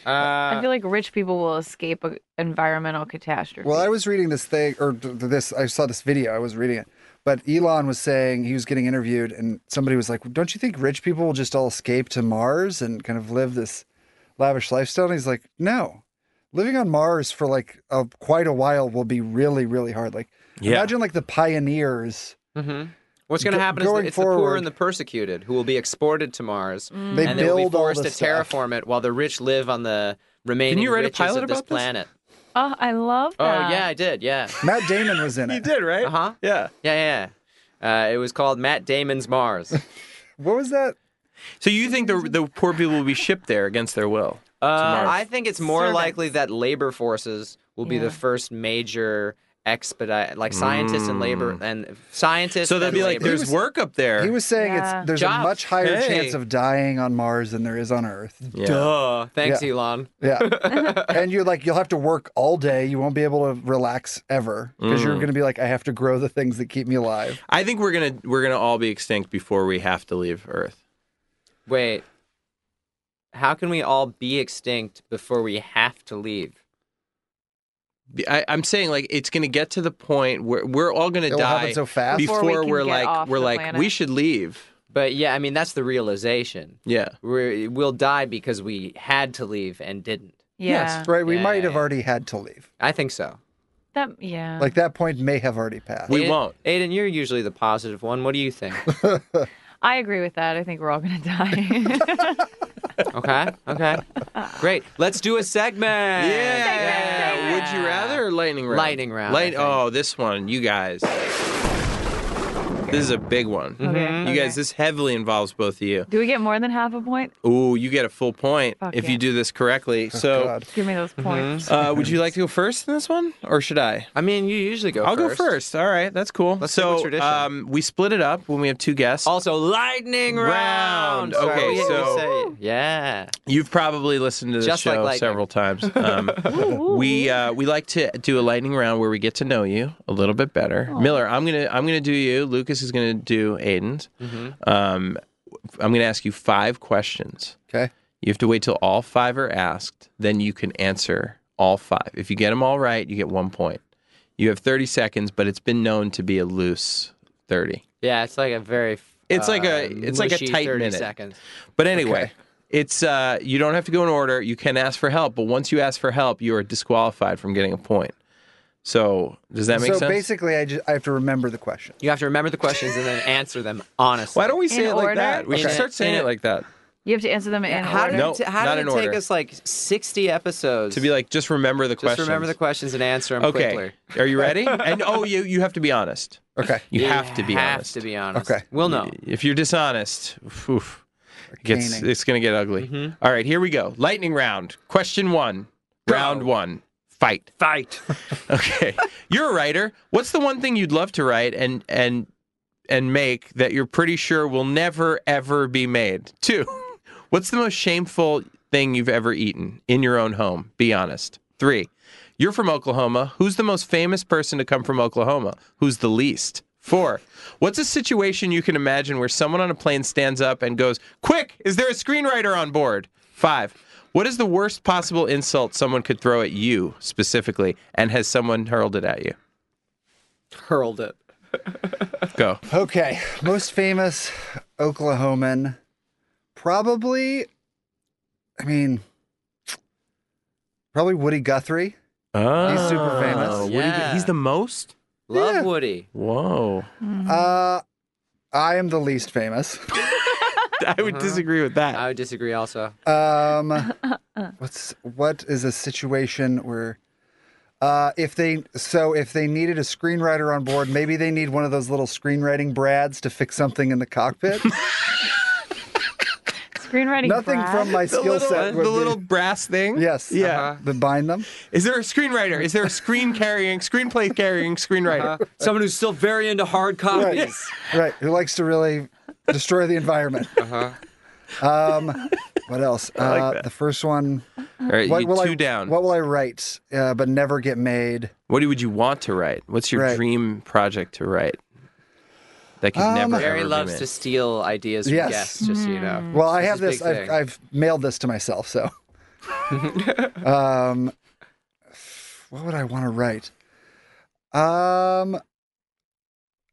I
Uh,
feel like rich people will escape an environmental catastrophe.
Well, I was reading this thing, or th- th- this, I saw this video, I was reading it. But Elon was saying he was getting interviewed, and somebody was like, Don't you think rich people will just all escape to Mars and kind of live this lavish lifestyle? And he's like, No. Living on Mars for like a, quite a while will be really, really hard. Like,
Yeah.
imagine like the pioneers.
mhm. What's going to
Go-
happen is the,
going
it's the poor
forward-
and the persecuted who will be exported to Mars,
Mm.
They
and they
build
will be forced
all
to
this stuff.
terraform it, while the rich live on the remaining
you write a
riches
pilot
of this
about this?
planet.
oh, I love
Oh
that.
yeah, I did. Yeah,
Matt Damon was in it.
right?
Uh huh.
Yeah.
Yeah, yeah. Uh, it was called Matt Damon's Mars. Uh,
What was that?
So you think the the poor people will be shipped there against their will?
Uh,
Mars.
I think it's more
Servants.
likely that labor forces will be the
Yeah.
first major expedite, like scientists and
Mm.
labor and scientists.
So they'd
and
be like,
labor.
"There's work up there."
He was saying
Yeah.
it's there's
Jobs.
a much higher
Hey.
chance of dying on Mars than there is on Earth.
Yeah.
duh." Thanks, Elon.
Yeah. and you're like, you'll have to work all day. You won't be able to relax ever because you're going to be like, I have to grow the things that keep me alive.
I think we're gonna we're gonna all be extinct before we have to leave Earth.
Wait, how can we all be extinct before we have to leave?
I, I'm saying like it's gonna get to the point where we're all gonna
It'll
die
happen so fast.
Before
before,
we can
we are
get
like
off
we're
the
like
planet.
we should leave.
But yeah, I mean that's the realization.
Yeah.
We're, we'll die because we had to leave and didn't.
yeah.
Right. We
Yeah,
might have
yeah.
already had to leave.
I think so.
That yeah.
Like that point may have already passed.
We
Aiden-
won't.
Aiden, you're usually the positive one. What do you think?
I agree with that. I think we're all gonna die.
Mm-hmm. Okay. Okay. Great. Let's do a segment.
Yeah. Would you rather or lightning round?
Lightning round,
Light.
I think.
Oh, this one, you guys. This is a big one.
Mm-hmm. Okay,
You
okay.
guys, this heavily involves both of you.
Do we get more than half a point?
Ooh, you get a full point
Fuck
if
yeah.
you do this correctly. so,
Oh God.
Give me those
Mm-hmm.
points.
uh, would you like to go first in this one, or should I?
I mean, you usually go.
I'll
first.
go first. All right, that's cool.
Let's stick with
so,
tradition.
um, we split it up when we have two guests.
Also, lightning round.
Round.
Sorry,
Okay,
we didn't
so-
say- yeah,
You've probably listened to this
Just like
show
lightning.
several times. Um,
Ooh.
we uh, we like to do a lightning round where we get to know you a little bit better. Miller, I'm gonna I'm gonna do you. Lucas is gonna do Aiden's.
Mm-hmm.
Um, I'm gonna ask you five questions.
Okay.
You have to wait till all five are asked, then you can answer all five. If you get them all right, you get one point. You have 30 seconds, but it's been known to be a loose 30.
yeah. It's like a very.
It's like a-
uh,
it's like a
mushy
tight
30
minute.
Seconds.
But anyway, it's uh, you don't have to go in order. You can ask for help, but once you ask for help, you are disqualified from getting a point. So does that make
so
sense?
basically, I, just, I have to remember the question.
You have to remember the questions and then answer them honestly.
Why don't we say
In
it like
order?
that? We should
Okay.
start saying
In-
it like that
You have to answer them in
How did
order.
No,
it, how
not
did
in
it take
order.
us like sixty episodes
to be like just remember the
just
questions.
remember the questions and answer them
Okay,
quickly?
are you ready? and oh, you you have to be honest.
Okay.
You have to be
have
honest.
to be honest.
Okay.
we'll know.
If you're dishonest, oof, it gets,
Caning.
it's going to get ugly.
Mm-hmm.
All right, here we go. Lightning round. Question one. Round one. Fight.
Fight.
Okay. you're a writer. What's the one thing you'd love to write and and and make that you're pretty sure will never ever be made? Two. What's the most shameful thing you've ever eaten in your own home? Be honest. Three. You're from Oklahoma. Who's the most famous person to come from Oklahoma? Who's the least? Four. What's a situation you can imagine where someone on a plane stands up and goes, "Quick, is there a screenwriter on board?" Five. What is the worst possible insult someone could throw at you specifically, and has someone hurled it at you?
Hurled it.
Go.
Okay. Most famous Oklahoman, probably, I mean, probably Woody Guthrie.
Oh,
He's super famous.
What do you-
Yeah.
he's the most.
Love
Yeah.
Woody.
Whoa.
Uh, I am the least famous.
I would disagree with that.
I would disagree also.
Uh,
Um, what's what is a situation where, uh, if they so if they needed a screenwriter on board, maybe they need one of those little screenwriting brads to fix something in the cockpit.
Screenwriting.
Nothing
Brad.
from my
the
skill
little,
set.
the
would be-
little brass thing.
yes,
Yeah.
Uh-huh.
that bind them.
Is there a screenwriter? Is there a screen carrying, screenplay carrying screenwriter?
Someone who's still very into hard
Right,
copies.
right. Who likes to really destroy the environment?
Uh-huh.
Um, what else? Uh,
like that.
the first one.
All right,
What
you
will
two
I,
down.
What will I write, uh, but never get made?
What would you want to write? What's your
Right.
dream project to write? That could
Um,
never.
Barry
ever be
loves
made?
to steal ideas from
Yes.
guests, just so you
Mm.
know.
Mm-hmm.
Well, I
This
have
is a
this.
big
I've,
thing.
I've mailed this to myself. So, um, what would I want to write? Um,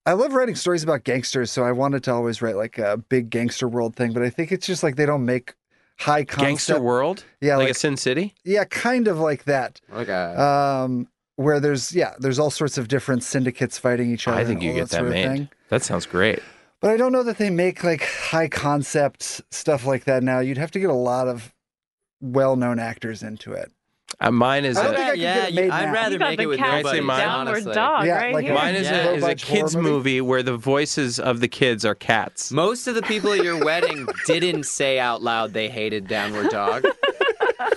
I love writing stories about gangsters, so I wanted to always write like a big gangster world thing. But I think it's just like they don't make high concept.
Gangster World.
Yeah,
like,
like-
a Sin City.
Yeah, kind of like that.
Like uh,
Uh,
a-
Um, where there's yeah, there's all sorts of different syndicates fighting each other.
I
and
think you
all
get that
sort of
made.
thing.
That sounds great.
But I don't know that they make like high concept stuff like that now. You'd have to get a lot of well known actors into it.
Uh, mine is
I don't
a,
think I could
yeah,
get it made
I'd
now.
You
rather
got
make
the
it with
cat
nobody.
and the
downward
honestly.
dog
Yeah,
right
like
here.
a-
mine is
Yeah.
a, is a
Robot horror
kids
movie?
movie where the voices of the kids are cats.
Most of the people at your wedding didn't say out loud they hated Downward Dog.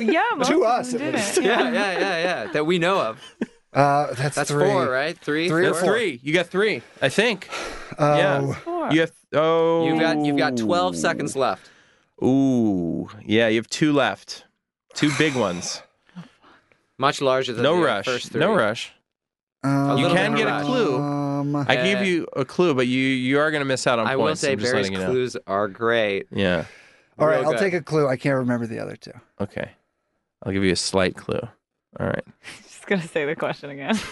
yeah, most
To
of
us,
them
at
did
least.
it.
yeah, yeah, yeah, yeah. That we know of.
Uh, that's,
That's
three.
four, right? Three,
Three or
That's
four.
three. You got three, I think.
Oh,
Yeah.
Four.
You have oh.
You've got you've got twelve seconds left.
Ooh, yeah. You have two left. Two big ones.
Much larger than
No
the
rush.
first three.
No rush.
um,
You
little
can
bit
get
of
a
rush.
clue.
Um,
I gave
Uh,
you a clue, but you you are going to miss out on
I will
points.
say
I'm just
Barry's
letting you know.
clues are great.
Yeah.
all right,
real
I'll
good.
take a clue. I can't remember the other two.
Okay. I'll give you a slight clue. All right.
Just gonna say the question again.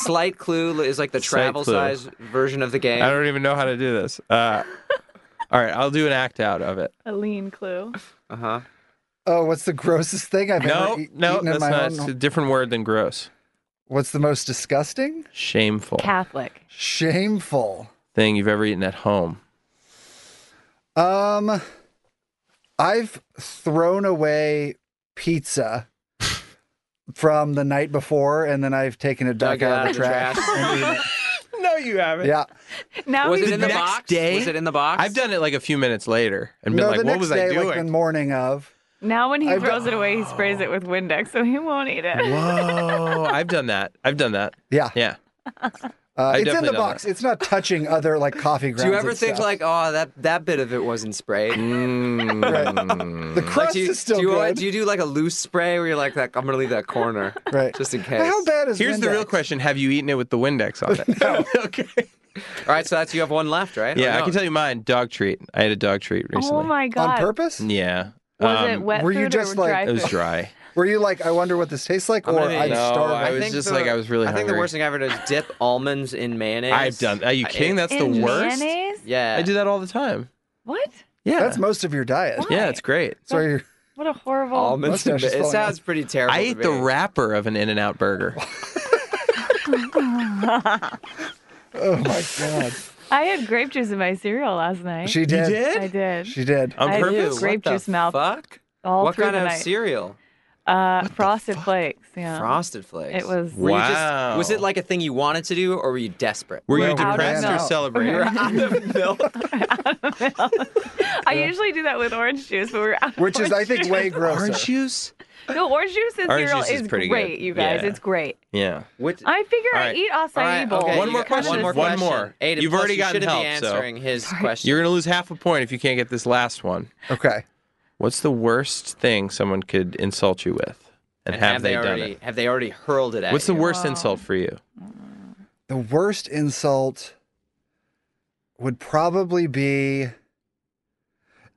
Slight clue is like the
Slight
travel
clue.
size version of the game.
I don't even know how to do this. Uh, all right. I'll do an act out of it.
a lean clue.
Uh huh.
Oh, what's the grossest thing I've
No,
ever e-
no,
eaten in
that's
my
not.
own-
It's a different word than gross.
What's the most disgusting?
Shameful
Catholic.
Shameful.
thing you've ever eaten at home.
Um, I've thrown away pizza from the night before, and then I've taken a duck,
Dug it
out of the trash. and eaten
No, you haven't.
it. yeah.
Now
Was
he's
it in the
next
box?
day-
Was it in the box?
I've done it like a few minutes later and been
no,
like,
the
"What
next
was
day,
I doing?"
like the morning of.
Now when he
I've
throws
done-
it away, he sprays it with Windex, so he won't eat it.
Whoa! I've done that. I've done that.
Yeah.
Yeah.
Uh,
I've
it's in
definitely
the
done
box. It's not touching other like coffee grounds.
Do you ever
and
think
stuff.
like, oh, that that bit of it wasn't sprayed?
Mm.
the crust
do you,
is still
do, you,
good?
do you do like a loose spray where you're like, like I'm gonna leave that corner
right.
just in case?
How bad is
Here's the real
Windex?
question: Have you eaten it with the Windex on it? okay.
All right, so that's you have one left, right? Oh,
Yeah, I can tell you mine. Dog treat. I had a dog treat recently.
oh my
On
god.
purpose?
Yeah.
Was
Um,
it wet
were you
food
just
or
like-
dry
It was
food?
dry.
Were you like, I wonder what this tastes like,
I'm
or
gonna eat-
I'm
No,
starving?
I was just like, I was really
I think
hungry.
the worst thing I've ever done is dip almonds in mayonnaise.
I've done. Are you
I-
kidding? That's
In
the worst.
Mayonnaise?
Yeah.
I do that all the time.
What?
Yeah.
That's most of your diet.
What?
yeah, it's great.
So you're,
What a horrible
almonds.
Mustache is
It
falling
sounds pretty terrible.
I
to
ate the
me.
wrapper of an In and Out burger.
oh my god,
I had grape juice in my cereal last night.
she did.
I did.
She did.
On
I had
purpose?
Ew,
grape
what the
juice mouth
Fuck.
all
what
through
kind
the
of
night.
cereal?
Uh, frosted flakes. Yeah.
Frosted flakes.
It was.
Were you just-
Wow.
was it like a thing you wanted to do, or were you desperate?
Were you
Well,
out of
depressed or
milk.
celebrating?
You're out of milk.
I usually do that with orange juice, but we we're out. of
Which is, I
orange
think,
juice.
way grosser.
Orange juice?
No, orange juice and
Orange
cereal
juice is
is,
pretty good.
great, you guys.
Yeah.
It's great.
Yeah.
What?
I figure
All
I
right.
eat
All
acai
right,
bowl.
okay,
One
you
more
got-
question,
One more
one
question.
more.
Aiden,
You've
plus
already
you
gotten
shouldn't be
help, so-
answering his question.
You're going to lose half a point if you can't get this last one.
Okay.
What's the worst thing someone could insult you with? And,
And
have, they, done
already,
it?
Have they already hurled it at
What's the
you?
worst insult for you?
The worst insult would probably be,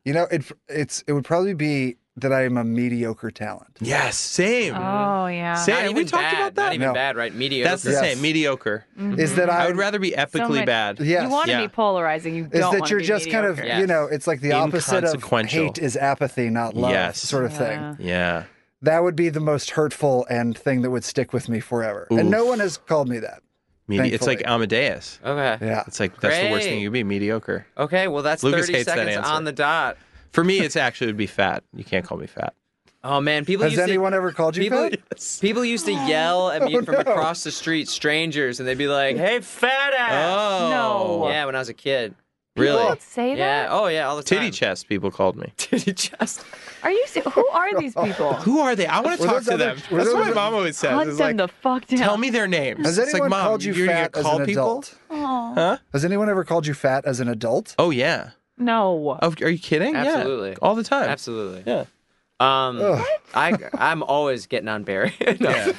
you know, it it's it would probably be that I am a mediocre talent.
Yes, same.
Oh yeah.
Same.
Not
Have
even
we talked
bad,
about that?
Not even
No.
bad, right? Mediocre.
That's the
Yes.
same. Mediocre.
Is that I,
I would rather be
So
epically
much-
bad.
Yes.
You want to
Yeah.
be polarizing. You
Is
don't.
that
wanna
you're
be
just kind of
mediocre.
you
Yes.
know it's like the opposite of
Inconsequential.
hate is apathy, not love,
Yes.
sort of
Yeah.
thing.
Yeah.
That would be the most hurtful and thing that would stick with me forever. And no one has called me that.
Medi- it's
Thankfully.
like Amadeus.
Okay.
Yeah.
It's like that's the worst thing
Great.
you could be mediocre.
Okay. Well, that's
Lucas
30
hates that
seconds
answer.
on the dot.
For me, it's actually would be fat. You can't call me fat.
Oh man, people
Has
used
anyone
to,
ever called you
people,
fat?
people used to yell at me
Oh,
from
no.
across the street, strangers, and they'd be like, "Hey, fat ass."
Oh,
No.
Yeah, when I was a kid.
People
Really?
say
Yeah.
that?
Oh yeah, all the time.
titty chest. People called me.
Titty chest.
Are you? se- Who are these people?
Who are they? I want to
Were
talk
those
to
other-
them.
were
That's
those
what my
other-
mom always says.
Hunt
Is
them
like,
the fuck down.
tell me their names.
Has
it's
anyone
like, mom,
called you
you're gonna
fat as
call
an
people?
adult?
Aw.
Huh?
Has anyone ever called you fat as an adult?
Oh yeah.
No.
Oh, are you kidding?
Absolutely.
Yeah. All the time.
Absolutely.
Yeah.
Um,
Ugh.
I I'm always getting on Barry. No.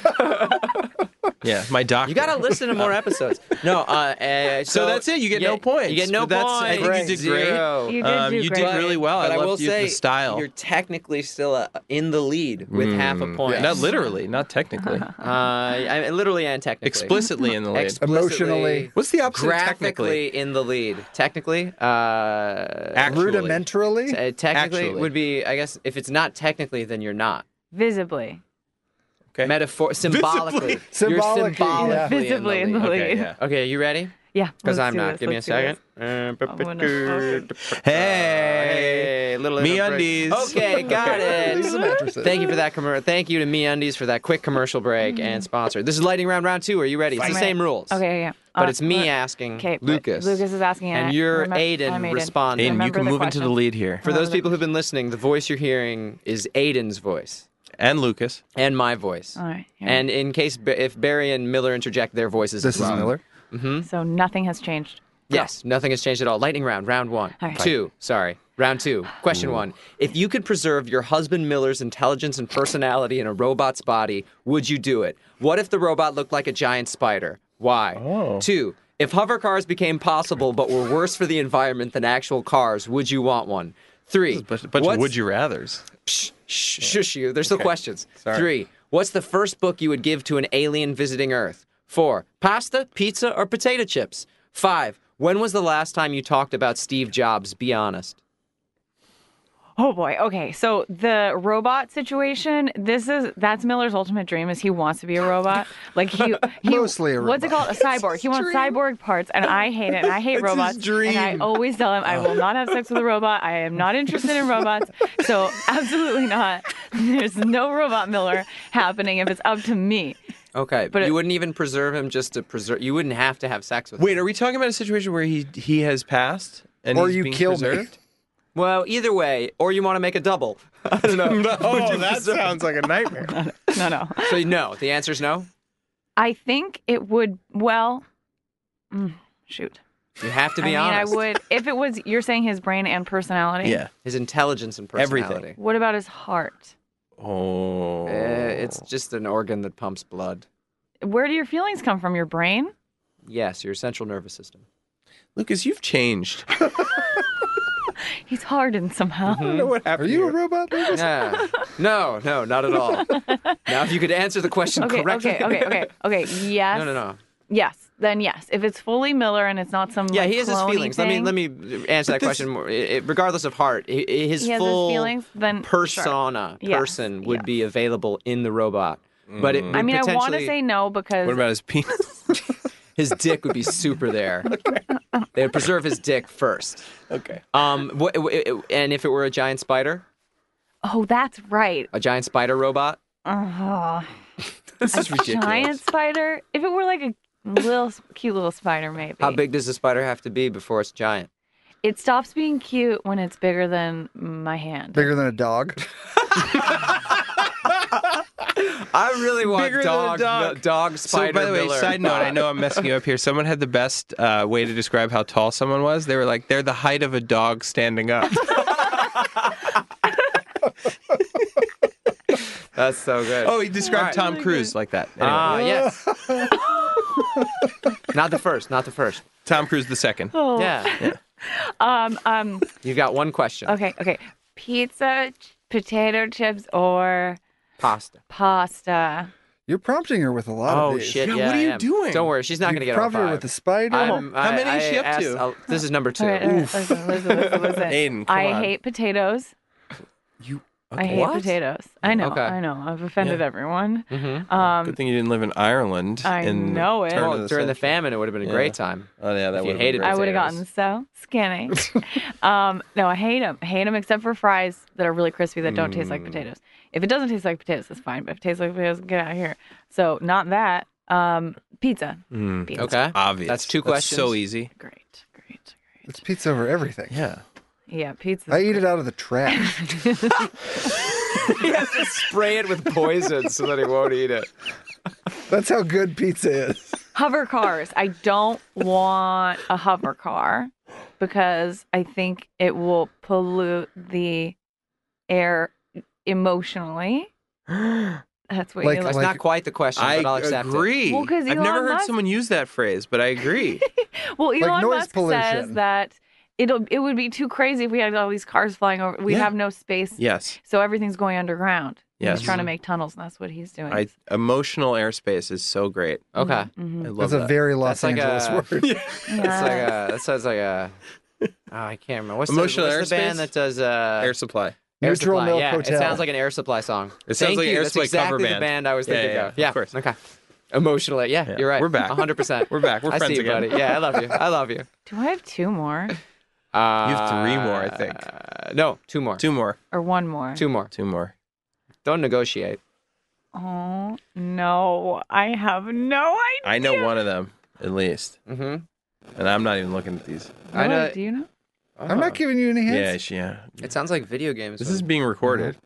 Yeah. My doctor.
You gotta listen to more episodes. No, uh, uh, so,
that's it. You get
yeah,
no points.
You get no
But that's-
points.
I think you did great.
Zero.
You did
Um,
do
you
great.
did really well.
But
I,
I,
loved
will
you-
say,
the style. Mm.
you're technically still uh, in the lead with half a point.
Not literally, not technically.
Uh, I, literally and technically.
Explicitly in the lead.
Explicitly,
Emotionally.
What's the opposite of technically?
Graphically in the lead. Technically, uh,
Actually.
Rudimentarily?
uh, technically
Actually.
would be. I guess if it's not technically, then you're not.
Visibly.
Okay.
Metaphor, symbolically,
Symbolically,
you're
yeah.
symbolically
Visibly
in the lead.
Okay,
lead.
yeah.
Okay, you ready?
Yeah.
Because
let's
I'm
do
not.
this,
Give me a
let's do this.
second. Uh,
I'm gonna- okay.
Oh, Hey.
Hey, little
Me
inner break.
undies.
Okay, got
These are
it.
mattresses.
Thank you for that commercial. Thank you to Me Undies for that quick commercial break and sponsor. This is lightning round round two. Are you ready? It's the
Mm-hmm. Fine.
same rules.
Okay, yeah.
But
Uh,
it's me
uh,
asking
Okay, but
Lucas.
Lucas is asking,
and
I
you're
remem-
Aiden
I'm
responding.
Aiden, you
Remember
can
the
move into
question.
the lead here.
For those people who've been listening, the voice you're hearing is Aiden's voice
and Lucas.
and my voice.
All right. here.
And in case Ba- if Barry and Miller interject their voices,
This
as
is
well.
Miller.
so nothing has changed.
Yes, nothing has changed at all. Lightning round, round one.
All right.
Two, sorry. Round two. Question one. If you could preserve your husband Miller's intelligence and personality in a robot's body, would you do it? What if the robot looked like a giant spider? Why?
Oh.
Two, if hover cars became possible but were worse for the environment than actual cars, would you want one? Three.
But a bunch
what's-
of would you rather's.
Shh, shh, shush you. There's still questions. Three. What's the first book you would give to an alien visiting Earth? Four. Pasta, pizza, or potato chips? Five. When was the last time you talked about Steve Jobs? Be honest.
Oh boy. Okay. So the robot situation. This is that's Miller's ultimate dream. Is he wants to be a robot? Like he, he
Mostly a
What's it
robot.
called? A cyborg. He wants cyborg parts, and I hate it. And I hate robots. And I always tell him I will not have sex with a robot. I am not interested in robots. So absolutely not. There's no robot Miller happening if it's up to me.
Okay, but
But
you
it-
wouldn't even preserve him just to preserve. You wouldn't have to have sex with. him.
Wait, are we talking about a situation where he he has passed and
Or
he's
you
being
kill me.
preserved?
Well, either way, or you want to make a double. I don't know.
Oh, that sounds like a nightmare.
No, no.
so no, the answer is no.
I think it would. Well, mm, shoot.
You have to
I
be
mean,
honest.
I would if it was. You're saying his brain and personality.
yeah.
His intelligence and
Everything.
personality.
What about his heart?
Oh.
Uh,
Eh.
it's just an organ that pumps blood.
Where do your feelings come from? Your brain?
Yes, your central nervous system.
Lucas, you've changed.
He's hardened somehow.
Mm-hmm.
what
Are
happened?
you a robot? Lucas?
Yeah. No, no, not at all. Now, if you could answer the question
Okay,
correctly.
okay, okay, okay, okay. Yes.
No, no, no.
Yes. Then yes. If it's fully Miller and it's not some
Yeah,
like,
he has his
clone-y
feelings. Let me
thing,
let me answer that question more. I- I- regardless of heart, i- i- his
He has
full
his feelings. Then sure.
persona
Yes,
person would
yes.
be available in the robot, but it would
I mean, I want to
potentially
say no because
What about his penis?
his dick would be super there. They would preserve his dick first.
okay.
Um, wh- wh- and if it were a giant spider,
oh, that's right.
a giant spider robot,
Ugh.
This is ridiculous.
giant spider. If it were like a little s- cute little spider, maybe.
how big does the spider have to be before it's giant?
It stops being cute when it's bigger than my hand.
Bigger than a dog.
I really want
Bigger than a
dog,
dog.
dog
So,
spider.
by the way,
Miller.
side note, I know I'm messing you up here. Someone had the best uh, way to describe how tall someone was. They were like, they're the height of a dog standing up.
That's so good.
oh, he described Tom Cruise like that. Anyway,
ah, yes. not the first, not the first.
Tom Cruise the second.
Oh.
Yeah.
Um. Um.
You've got one question.
Okay. Okay. Pizza, ch- potato chips, or
Pasta.
pasta.
You're prompting her with a lot
Oh
of these.
shit.
Yeah,
Yeah,
what are
I
you
am.
doing?
Don't worry, she's not
You
going to get all
prompted her
five.
with the spider.
I'm- I-
How many is she
I
up
asked-
to?
I'll- this is number two.
All right, all right, listen, listen, listen, listen.
Aiden, come
I
on.
hate potatoes.
You
I hate
What?
potatoes. I know.
Okay.
I know. I've offended everyone.
Mhm.
Um,
Good thing you didn't live in Ireland.
I
in
know it.
turn of
Well, during the
century.
famine, it would have been a
Yeah.
great time.
Oh yeah, that
if you
would
hated
I would have gotten
potatoes.
so skinny. um, no, I hate them. I hate them except for fries that are really crispy that don't taste
Mm.
like potatoes. If it doesn't taste like potatoes, that's fine. But if it tastes like potatoes, get out of here. So not that. Um, pizza. Pizza.
Mm, Okay.
obvious.
That's two questions.
so easy.
Great. Great. Great.
It's pizza over everything.
Yeah.
Yeah, pizza.
I eat it out of the trash.
he has to spray it with poison so that he won't eat it.
That's how good pizza is.
hover cars. I don't want a hover car because I think it will pollute the air emotionally. That's what
Like-
you
That's
like.
like-
not quite the question, but I'll
I
accept it.
agree.
Well, 'cause
I've never
Elon
heard
Musk-
someone use that phrase, but I agree.
Well, Elon
noise
Musk says
pollution.
that it'll it would be too crazy if we had all these cars flying over. We
Yeah.
have no space,
yes.
so everything's going underground.
Yes.
He's trying
Mm-hmm.
to make tunnels, and that's what he's doing.
I emotional airspace is so great.
Okay.
Mhm.
I love
That's a
that.
very Los
That's like
Angeles
a-
word.
That's like
uh,
uh,
Yeah.
a, that sounds like a. Oh, I can't remember. What's
Emotional
the, what's the
airspace?
band that does uh,
Air supply.
Air
Neutral
Supply?
Milk
yeah,
Hotel.
It sounds like an Air Supply song.
It sounds
Thank
like an
you.
Air
That's
Supply
exactly
cover
the
band.
band I was
Yeah,
thinking
yeah, yeah.
of. Yeah,
Of course.
Okay. Emotionally, yeah,
Yeah.
you're right.
We're back.
100. percent
We're back. We're
I
friends
see, you,
again.
buddy. Yeah, I love you. I love you.
Do I have two more
Uh,
have three more, I think.
No, two more.
Two more.
or one more?
Two more.
Two more.
Don't negotiate.
Oh no, I have no idea.
I know one of them at least,
Mm-hmm.
and I'm not even looking at these.
I know.
Do you know?
I'm
uh-huh.
not giving you any
Yeah,
hints.
she, yeah.
It sounds like video games.
This is being recorded.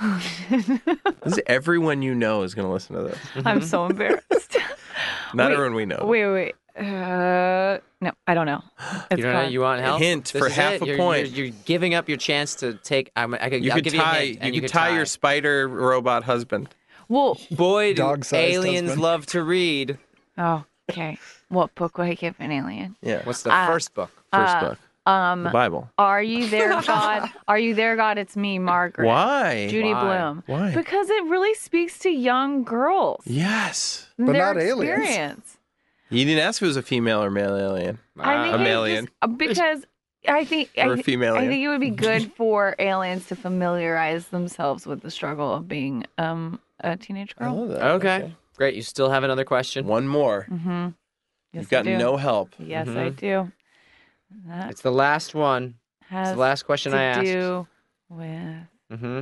this is everyone you know is going to listen to this.
I'm so embarrassed.
Not
Wait,
everyone we know.
wait, wait. wait. Uh, no, I don't know. It's
you don't know.
gone.
You want help?
Hint
This
for
is
half
it.
a
you're,
point.
You're, you're giving up your chance to take. I'm, I could,
You
I'll
could
give You,
tie.
a hint, and
you
you
could
could
tie your spider robot husband.
well,
boy. do
Dog-sized
aliens
husband.
love to read.
oh, okay. What book would I give an alien?
Yeah.
What's the
Uh,
first book?
first
uh,
book? The
Um,
Bible.
are you there, God? Are you there, God? It's me, Margaret.
Why?
Judy
Why?
Bloom.
Why?
Because it really speaks to young girls.
Yes.
But
their
not aliens.
experience.
You didn't ask if it was a female or male alien.
Ah,
I think
A
it's
male alien.
just- uh, because I think I,
Or a
thi-
female
I
alien.
think it would be good for aliens to familiarize themselves with the struggle of being um, a teenage girl.
that.
Okay. Great. You still have angot question.
One more.
Mm-hmm. Yes,
You've got
I do.
no help.
Yes, I do. That
It's the last one. It's
has
the last question
to
I asked.
do with.
hmm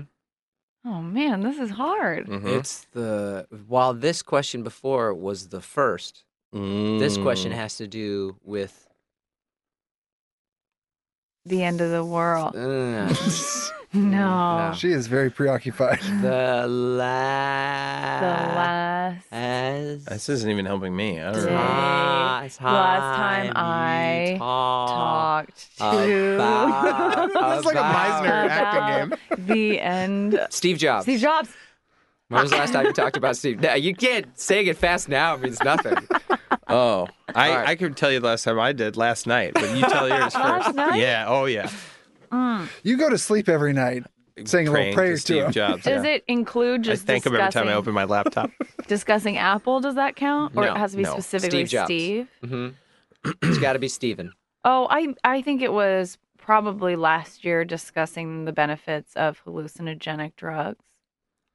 Oh man, this is hard.
Mm.
Mm-hmm.
It's the while this question before was the first.
Mm.
This question has to do with
The end of the world.
uh,
No,
She is very preoccupied.
the
the
last.
last
Ah.
This isn't even helping me. I don't
Day.
know.
Last
Last time
time
I
you talked
talked to
about-
It's like a
about-
Meisner acting game.
about the end.
Steve Jobs.
Steve Jobs.
When was the last time you talked about Steve? Now, you can't saying it fast now means nothing.
Oh, I,
All right.
I could tell you the last time I did last night, but you tell yours first. Last
night?
Yeah. Oh, yeah.
You go to sleep every night saying a
Praying
little prayer
to
to,
Steve
him.
Jobs.
Does
yeah.
it include
I
just
thank him every time I
discussing-
open my laptop.
discussing Apple? Does that count, or
No,
it has to be
no.
specifically
Steve Jobs.
Steve?
Mm-hmm. It's got to be Steven.
Oh, I I think it was probably last year discussing the benefits of hallucinogenic drugs.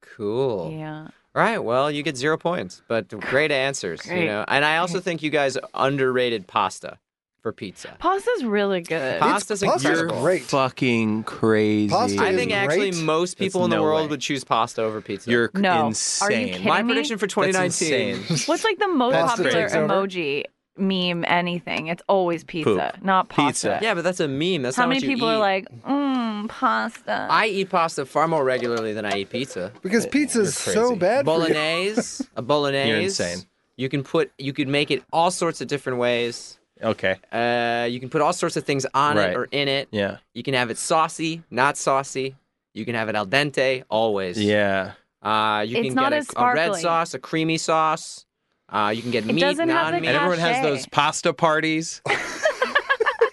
Cool.
Yeah.
All right. Well, you get zero points, but great answers. You
Great.
know, and I also think you guys underrated pasta for pizza.
Pasta's really good.
Pa- Pasta's
It's- pasta's
incredible.
great.
Fucking crazy.
Pasta
I
is
think actually
great.
most people
That's
in the
no
world
way.
would choose pasta over pizza.
You're
No. Are you
insane.
kidding?
My
me?
prediction for
That's
2019.
insane.
What's like the most
Pasta
popular
takes over?
emoji meme? Anything? It's always pizza,
Poop.
not pasta.
Pizza.
Yeah, but that's a meme. That's
How
not
many
what you
people
eat.
are like, mmm, pasta?
I eat pasta far more regularly than I eat pizza.
Because pizza's
You're
so
crazy.
bad for you.
Bolognese, a bolognese.
insane.
You can put, you could make it all sorts of different ways.
okay.
Uh, you can put all sorts of things on
Right.
it or in it.
Yeah.
You can have it saucy, not saucy. You can have it al dente, always.
Yeah.
Uh, you
It's
can
not
get
as
a, a red
sparkly.
sauce, a creamy sauce. Uh, you can get meat,
doesn't have the
non-meat.
And everyone has
Cachet.
those pasta parties.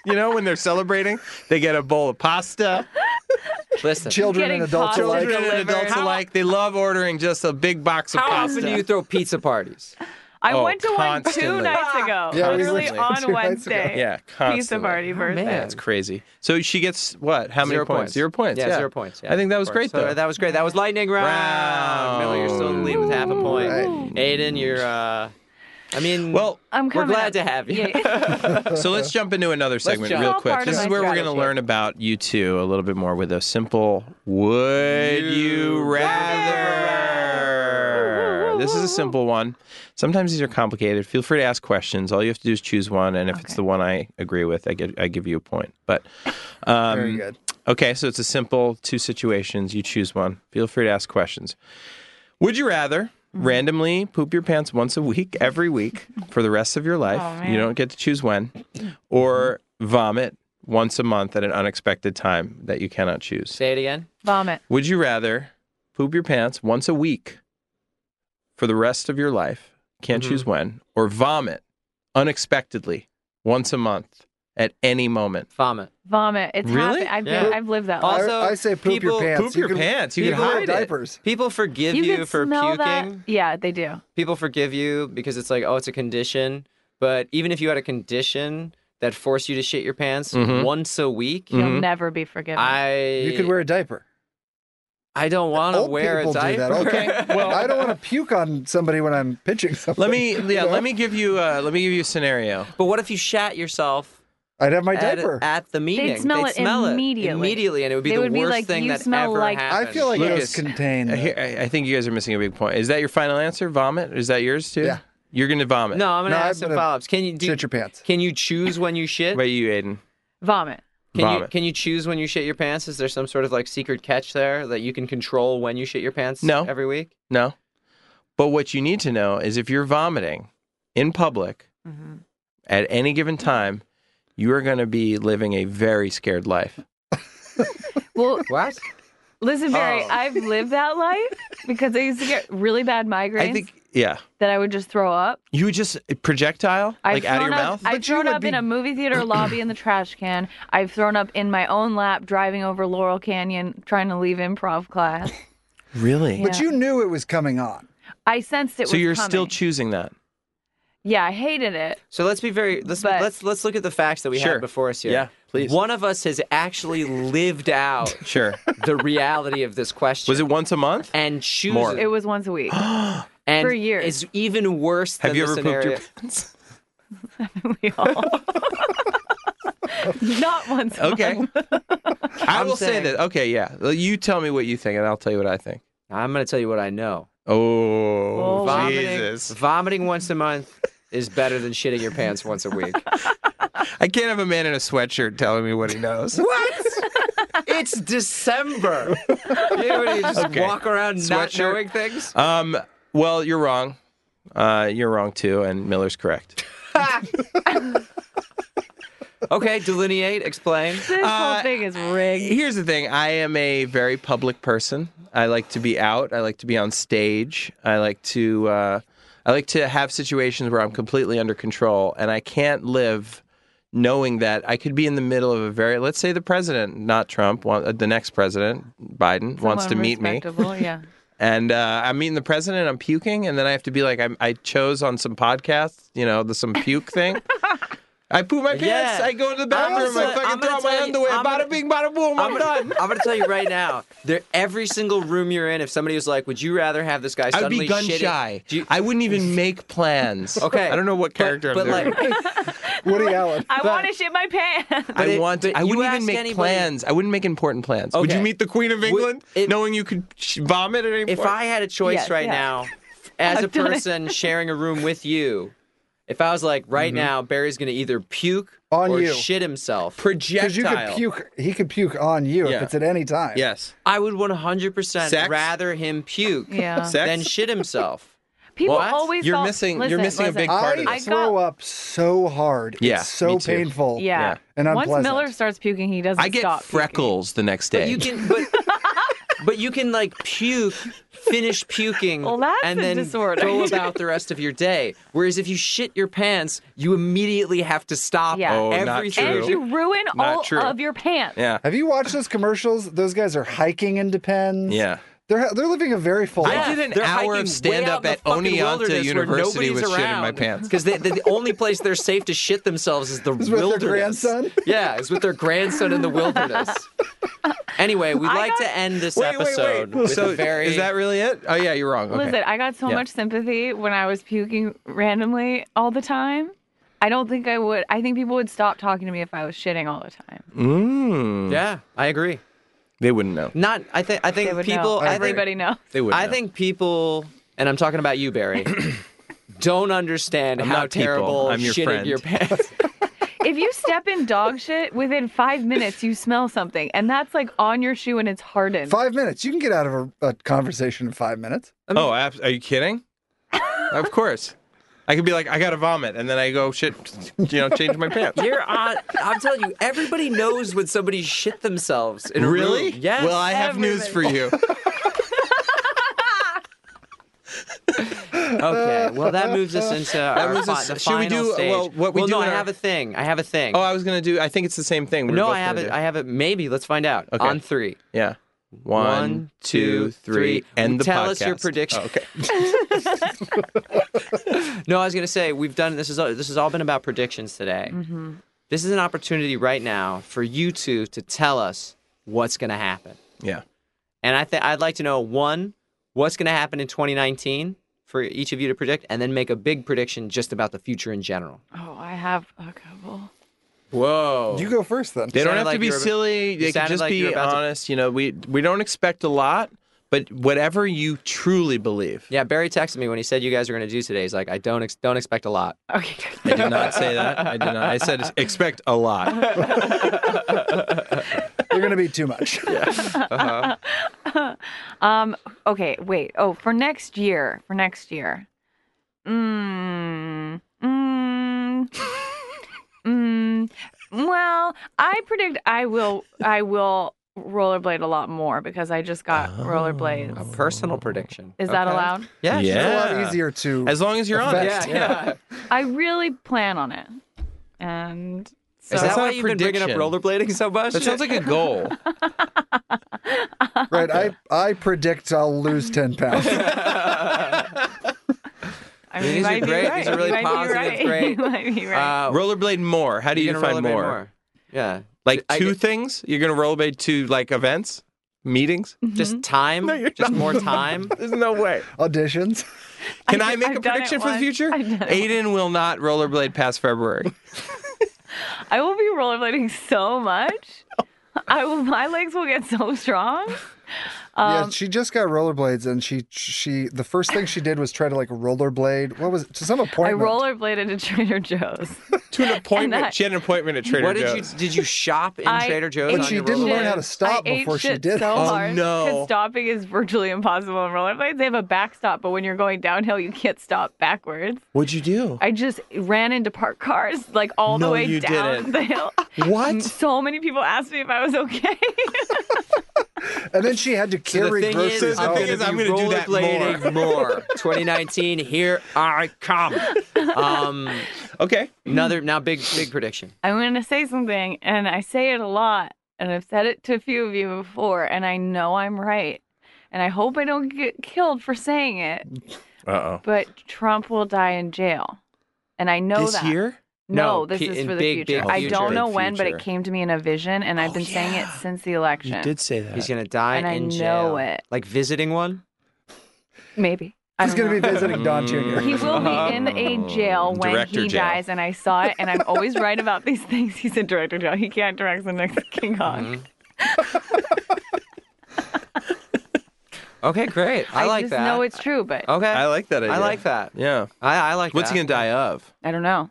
you know, when they're celebrating, they get a bowl of pasta.
Listen,
Children and
Getting
adults
pasta
alike.
Children and
delivered.
adults
How-
alike, they love ordering just a big box of
how
pasta.
often do you throw pizza parties?
I
Oh,
went to one two
constantly.
nights
Ah.
ago.
Yeah,
we
literally
went
two
on
nights ago.
Wednesday.
Yeah,
Pizza
constantly.
party birthday.
Oh, man.
That's crazy. So she gets what? How many
Zero
points?
points.
Zero points.
Yeah, zero points, yeah,
I think that
of
was
course.
great
So
though.
that was great. That was lightning round. Miller, you're still in the lead with half a point.
Right.
Aiden, you're. uh I mean,
well,
I'm
we're
coming.
glad
up.
to have you.
Yeah.
so let's jump into another segment
jump.
real
All
quick.
part
This
of
is
my
where we're going to
strategy.
learn about you two a little bit more with a simple would you, rather. This is a simple one. Sometimes these are complicated. Feel free to ask questions. All you have to do is choose one, and if it's
Okay.
the one I agree with, I get I give you a point. But
Very
um,
good.
Okay, so it's a simple two situations. You choose one. Feel free to ask questions. Would you rather
Mm-hmm.
randomly poop your pants once a week, every week, for the rest of your life?
Oh,
you
man.
don't get to choose when, or vomit once a month at an unexpected time that you cannot choose?
Say it again.
Vomit.
Would you rather poop your pants once a week for the rest of your life, can't
Mm-hmm.
choose when, or vomit unexpectedly once a month at any moment?
Vomit.
Vomit. It's
Really?
happened. I've,
Yeah.
been, I've lived that
I-
life.
Also,
I, say poop
people-
your pants.
Poop your pants. You can
people
hide
wear
it.
diapers.
People forgive you,
can
for
smell
puking.
that. Yeah, they do.
People forgive you because it's like, oh, it's a condition. But even if you had a condition that forced you to shit your pants
Mhm.
once a week,
Mhm.
You'll never be forgiven.
I
You could wear a diaper.
I don't want to
Old
wear a
people do that.
diaper.
Okay.
Well-
I don't want to puke on somebody when I'm pitching something.
Let me
You
yeah,
know?
let me give you uh let me give you a scenario.
But what if you shat yourself
I'd have my
at,
diaper.
at the meeting?
smell it immediately.
Immediately, and it would be
They
the
would be
worst
like,
thing
"You
that
smell
ever
like- I
I
happened.
feel like it
Lucas,
was contained.
Uh, here- I I think you guys are missing a big point. Is that your final answer? Vomit? Is that yours too?
Yeah.
You're gonna vomit.
No, I'm gonna
No,
ask
I'm
some
gonna
follow-ups. Can you do?
Shit your pants.
Can you choose when you shit?
What about you, Aiden?
Vomit.
Can you
Vomit.
can you choose when you shit your pants? Is there some sort of like secret catch there that you can control when you shit your pants?
No.
Every week.
No. But what you need to know is if you're vomiting in public
Mm-hmm.
at any given time, you are gonna be living a very scared life.
Well,
What?
listen, Barry,
Oh.
I've lived that life because I used to get really bad migraines
I think yeah.
that I would just throw up.
You would just uh, projectile
I've
like out of
thrown
your
up,
mouth?
I've
But you
thrown
would
up in
be-
a movie theater lobby in the trash can. I've thrown up in my own lap driving over Laurel Canyon trying to leave improv class.
Really?
Yeah.
But you knew it was coming on.
I sensed it
So
was
you're still
coming.
choosing that.
yeah, I hated it.
So let's be very let's
But-
let's let's look at the facts that we
Sure.
have before us here.
Yeah, please.
One of us has actually lived out
Sure.
the reality of this question.
Was it once a month?
and chooses
More.
It was once a week.
and
for years.
It's even worse
Have
than
you
the
ever pooped
scenario.
your pants?
We all. Not once. a
Okay.
month.
I
I'm
will
saying-
say that. Okay, yeah. Well, You tell me what you think, and I'll tell you what I think.
I'm gonna tell you what I know.
Oh,
Oh. Vomiting.
Jesus!
Vomiting once a month is better than shitting your pants once a week.
I can't have a man in a sweatshirt telling me what he knows.
What? it's December. you, know, you just
Okay.
walk around
Sweatshirt.
not knowing things.
um. Well, you're wrong. Uh, you're wrong too, and Miller's correct.
okay, delineate, explain.
This
Uh,
whole thing is rigged.
Here's the thing: I am a very public person. I like to be out. I like to be on stage. I like to. Uh, I like to have situations where I'm completely under control, and I can't live knowing that I could be in the middle of a very. Let's say the president, not Trump, wa- uh, the next president, Biden, wants to
Someone
meet me.
respectable, Yeah.
and uh, I'm meeting the president. I'm puking, and then I have to be like, I'm, I chose on some podcast, you know, the some puke thing. I poop my pants.
Yeah.
I go to the
I'm
bathroom.
also-
I fucking
I'm
throw
gonna
out my
tell you-
underwear.
I'm
Bada
gonna-
bing, bada boom. I'm,
I'm gonna,
done.
I'm gonna tell you right now. There, every single room you're in, if somebody was like, "Would you rather have this guy
I would
suddenly
be gun
shitting-
shy.
Do you-
I wouldn't even make plans.
Okay.
I don't know what character
but
I'm doing.
like,
Woody Allen.
I want to shit my pants.
but
I
it-
want.
but
I
you
wouldn't
ask
even make
anybody-
plans. I wouldn't make important plans. Would you
Okay.
meet the Queen of England,
if-
knowing you could sh- vomit at any
if
point?
I had a choice
Yes,
right
yeah.
now, as a
I've done it.
person sharing a room with you, if I was like, right
Mm-hmm.
now, Barry's gonna either puke
On
or
you.
shit himself,
projectile.
Because you could puke. He could puke on you if
Yeah.
it's at any time.
Yes.
I would 100%
Sex?
rather him puke
yeah.
Sex?
than shit himself.
People
What?
always
You're
felt-
missing- you're
Listen,
missing a big
listen.
part
I,
of this.
throw up so hard.
Yeah,
It's so
me too.
painful.
Yeah.
And
Once
unpleasant.
Miller starts puking, he doesn't
I get
stop. puking.
freckles the next day.
But you can, but, but you can like puke, finish puking,
Well, that's
and
a
then
disorder.
go about the rest of your day. Whereas if you shit your pants, you immediately have to stop
Yeah. Oh,
not
everything.
true.
And you ruin
Not
all
true.
of your pants.
yeah.
Have you watched those commercials? Those guys are hiking into pens.
Yeah.
They're they're living a very full life.
I did an hour of stand up at Oneonta University with shit in my pants.
Because the, the only place they're safe to shit themselves is the
with their
wilderness.
grandson?
Yeah, it's with their grandson in the wilderness. Anyway, we'd like to end this episode with
so
a very.
is that really it? Oh yeah, you're wrong. Okay.
Listen, I got so
Yeah.
much sympathy when I was puking randomly all the time. I don't think I would. I think people would stop talking to me if I was shitting all the time.
Mm.
yeah, I agree.
They wouldn't know.
Not. I think. I
They
think
would
people.
know.
I think
Everybody knows.
They would.
I think people, and I'm talking about you, Barry, don't understand
I'm
how
not people.
terrible
I'm your
shitting
friend.
your pants.
If you step in dog shit within five minutes, you smell something, and that's like on your shoe and it's hardened.
Five minutes. You can get out of a, a conversation in five minutes.
oh, abs- are you kidding? of course. I could be like, I gotta vomit, and then I go shit. You know, change my pants.
You're on. I'm telling you, everybody knows when somebody shit themselves. In a
Really?
Room. Yes.
Well, I have news for you.
Okay. Well, that moves us into our
moves
fi-
us-
the
should we
final
do-
stage.
well, what we do
no,
in
I
our-
have a thing. I have a thing.
oh, I was gonna do. I think it's the same thing. We were
no,
both
I have
gonna
it.
do-
I have it. Maybe. Let's find out.
Okay.
On three.
Yeah. One, two, three, and the
Tell us your
podcast.
prediction.
Oh, okay.
No, I was gonna say we've done this is all, this has all been about predictions today. This is an opportunity right now for you two to tell us what's gonna happen,
Yeah.
and I think I'd like to know one, what's gonna happen in 2019 for each of you to predict, and then make a big prediction just about the future in general.
Oh, I have a couple.
Whoa!
You go first then.
They don't
sounded
have
like
to be
you were-
silly. They can
sounded
just
like you were
be
about to-
honest. You know, we we don't expect a lot, but whatever you truly believe.
yeah, Barry texted me when he said you guys are gonna do today. He's like, I don't ex- don't expect a lot.
Okay,
I did not say that. I did not. I said expect a lot.
They're going to be too much.
Um, okay, wait. Oh, for next year, for next year. Mm, mm, mm. Well, I predict I will. I will rollerblade a lot more because I just got rollerblades.
A
Oh.
personal prediction.
Is that
Oh, Okay.
allowed?
Yeah.
Yeah.
sure.
It's a lot easier to.
As long as you're honest.
Yeah. yeah.
I really plan on it, and so
Is that
not
why
a
you've been bringing up
prediction.
rollerblading so much?
That sounds like a goal.
right. I, I predict I'll lose 10 pounds.
I mean, you
These are
might be
great.
right.
These are really
you might be
positive,
Right.
great.
you might be right.
Uh,
Rollerblade more. How do you
You're gonna
define
rollerblade
more?
Yeah.
Mm-hmm.
Like
I
two
get-
things? You're gonna rollerblade to like events, meetings?
Just time.
you're
just
not.
more time.
There's no way.
Auditions.
Can
I-
I, make
I've
a
done it
prediction for the
once.
future?
I've done it
Aiden will not rollerblade past February.
I will be rollerblading so much. I will. My legs will get so strong. Um,
yeah, she just got rollerblades and she she the first thing she did was try to like rollerblade. What was it? To some
I
appointment.
rollerbladed to Trader Joe's.
to an appointment.
I-
she had an appointment at Trader
What did
Joe's.
you did you shop in
I
Trader Joe's?
ate
But
on
she
your
didn't
roller-
learn how to
shit-
stop
I ate
before she
shit
did
So
it. Oh,
hard,
no.
'cause stopping is virtually impossible on rollerblades. They have a back stop, but when you're going downhill, you can't stop backwards.
What'd you do?
I just ran into parked cars like all
No,
the way
you
down
didn't.
the hill.
What?
So many people asked me if I was okay.
And then she had to
So
carry
the thing
groceries.
is,
the
home.
thing is, I'm
be
gonna do that
rollerblading more. 2019, here I come. Um,
Okay.
another now big big prediction.
I'm going to say something, and I say it a lot, and I've said it to a few of you before, and I know I'm right. And I hope I don't get killed for saying it,
Uh oh.
but Trump will die in jail. And I know
This
that.
year?
No,
No,
this
pe-
is
in
for the
big,
future.
big
I
future.
don't know
Big
when, but it
future. Oh,
came to me in a vision, and I've been saying it since the election.
You did say that.
He's gonna die
And I
in jail.
know it.
Like visiting one.
Maybe. I
He's
don't
going to
know. Mm.
be visiting Don Jr.
He will be in a jail when
Oh, Director
he
jail.
dies, and I saw it, and I'm always right about these things. He's in director jail. He can't direct the next King
Mm-hmm.
Kong.
Okay, great. I, like
just
that.
know it's true, but
okay.
I like that idea.
I like that.
Yeah.
I, I like
What's
that.
he gonna die of?
I don't know.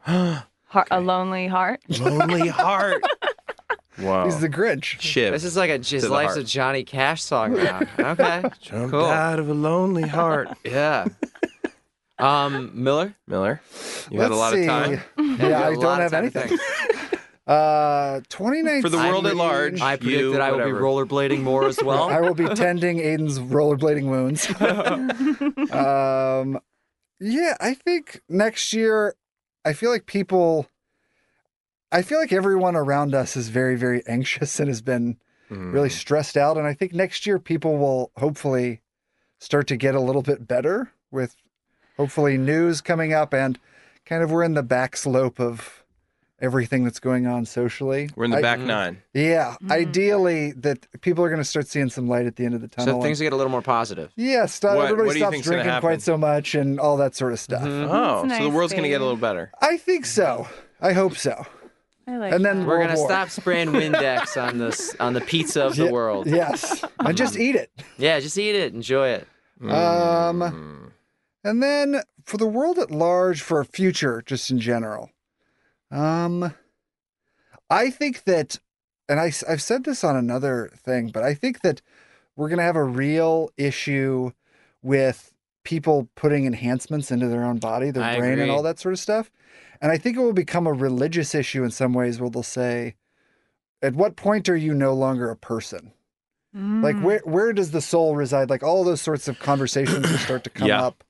Heart, A lonely heart.
Lonely heart. wow.
He's the Grinch.
Shiv.
This is like a his
the
life's a
heart.
Johnny Cash song now. Okay,
Jumped
cool.
out of a lonely heart.
Yeah. Um, Miller.
Miller, you had
Let's
a lot
see.
of time.
Yeah,
got a
I
lot of
don't have
time to
anything. Uh, 2019.
For the world at large.
I predict
You,
that I will be
whatever.
rollerblading more as well.
I will be tending Aiden's rollerblading wounds. um, yeah, I think next year, I feel like people, I feel like everyone around us is very, very anxious and has been really
Mm.
stressed out. And I think next year people will hopefully start to get a little bit better with hopefully news coming up and kind of we're in the back slope of everything that's going on socially.
We're in the
I-
back nine.
Yeah. Ideally that people are going to start seeing some light at the end of the tunnel.
So things get a little more positive.
yeah, stop,
What-
everybody
what do you
stops
think's gonna
drinking
happen?
quite so much and all that sort of stuff.
Oh,
That's
so the
nice,
world's going to get
babe.
a little better.
I think so. I hope so.
I like
And then
that.
We're
World
gonna
War.
stop spraying Windex on this on the pizza of the
Yeah,
world.
Yes. and just eat it.
Yeah, just eat it, enjoy it.
Um,
Mm-hmm.
and then for the world at large, for future, just in general, um, I think that, and I, have said this on another thing, but I think that we're going to have a real issue with people putting enhancements into their own body, their
I
brain, and
agree.
all that sort of stuff. And I think it will become a religious issue in some ways where they'll say, at what point are you no longer a person? Like
Mm.
where where does the soul reside? Like all those sorts of conversations will start to come
Yeah.
up.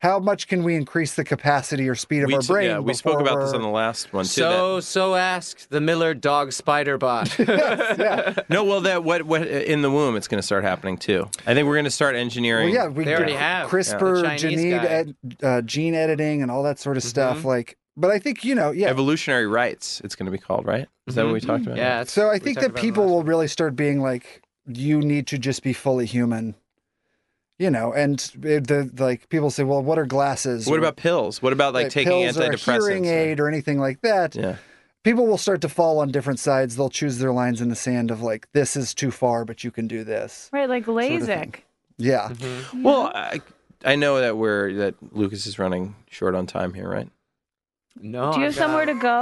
How much can we increase the capacity or speed of
We,
our
t-
brain?
yeah, we spoke
before
about this
we're-
on the last one too.
So so ask the Miller Dog Spider Bot.
that- no, well, that what what in the womb, it's going to start happening too. I think we're going to start
Well,
engineering.
yeah, we
They
do
already have, yeah.
CRISPR,
The Chinese
gene,
guy. Mm-hmm.
ed, uh, gene editing, and all that sort of stuff. Like, but I think you know, yeah.
evolutionary rights. It's going to be called, right? Is that what we talked about?
Yeah. it's-
so I
we
think
talked
that
about it
people
last-
will really start being like, you need to just be fully human. You know, and it- the like people say, well, what are glasses?
What
or,
about pills? What about like taking
pills or a
antidepressants?
hearing aid or anything like that?
Yeah.
people will start to fall on different sides. They'll choose their lines in the sand of like, this is too far, but you can do this.
Right, like LASIK.
of thing. Yeah.
Mm-hmm. Well, I, I know that we're that Lucas is running short on time here, right?
No.
Do you have somewhere to go?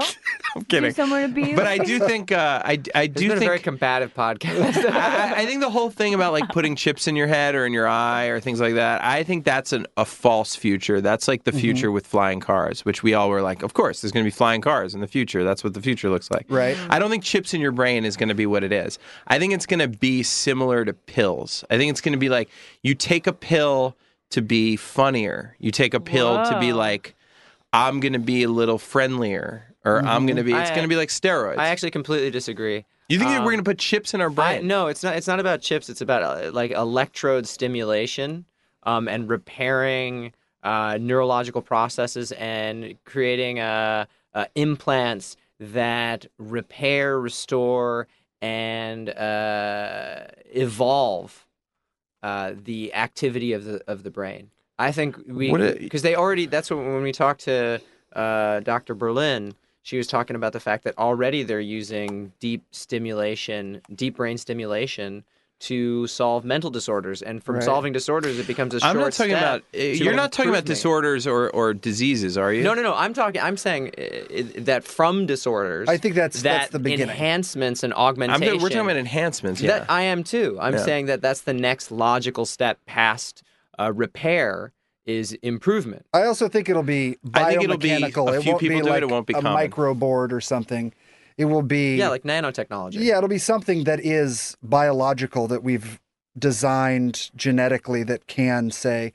I'm
Do you have somewhere to be?
But I do think uh, I I
Do
do
been a very
think
combative podcast.
I, I- I think the whole thing about like putting chips in your head or in your eye or things like that, I think that's an, a false future. That's like the future with flying cars, which we all were like, of course, there's going to be flying cars in the future. That's what the future looks like.
Right.
I don't think chips in your brain is going to be what it is. I think it's going to be similar to pills. I think it's going to be like you take a pill to be funnier, you take a pill to be
Whoa.
like, I'm going to be a little friendlier. Or I'm gonna be. It's
I-
gonna be like steroids.
I actually completely disagree.
you think that
um,
we're gonna put chips in our
I,
brain?
no, it's not. It's not about chips. It's about uh, like electrode stimulation um, and repairing uh, neurological processes and creating uh, uh, implants that repair, restore, and uh, evolve uh, the activity of the of the brain. I think we
What a-
because they already. That's what when we talked to uh, Dr. Berlin, she was talking about the fact that already they're using deep stimulation, deep brain stimulation. To solve mental disorders, and from
Right.
solving disorders, it becomes a short.
I'm not talking
step
about. eh,
to
You're not talking about
improvement.
disorders or, or diseases, are you?
No, no, no. I'm talking. I'm saying uh, uh, that from disorders.
I think that's-
that
that's the beginning.
Enhancements and
I'm,
augmentation.
we're talking about enhancements. Yeah.
That I am too. I'm
Yeah.
saying that that's the next logical step past uh, repair is improvement.
I also think it'll be biomechanical.
I think it'll be a
it
few
won't
people
be
do it,
like
it won't be
a
common.
micro board or something. It will be
Yeah, like nanotechnology.
yeah, it'll be something that is biological that we've designed genetically that can say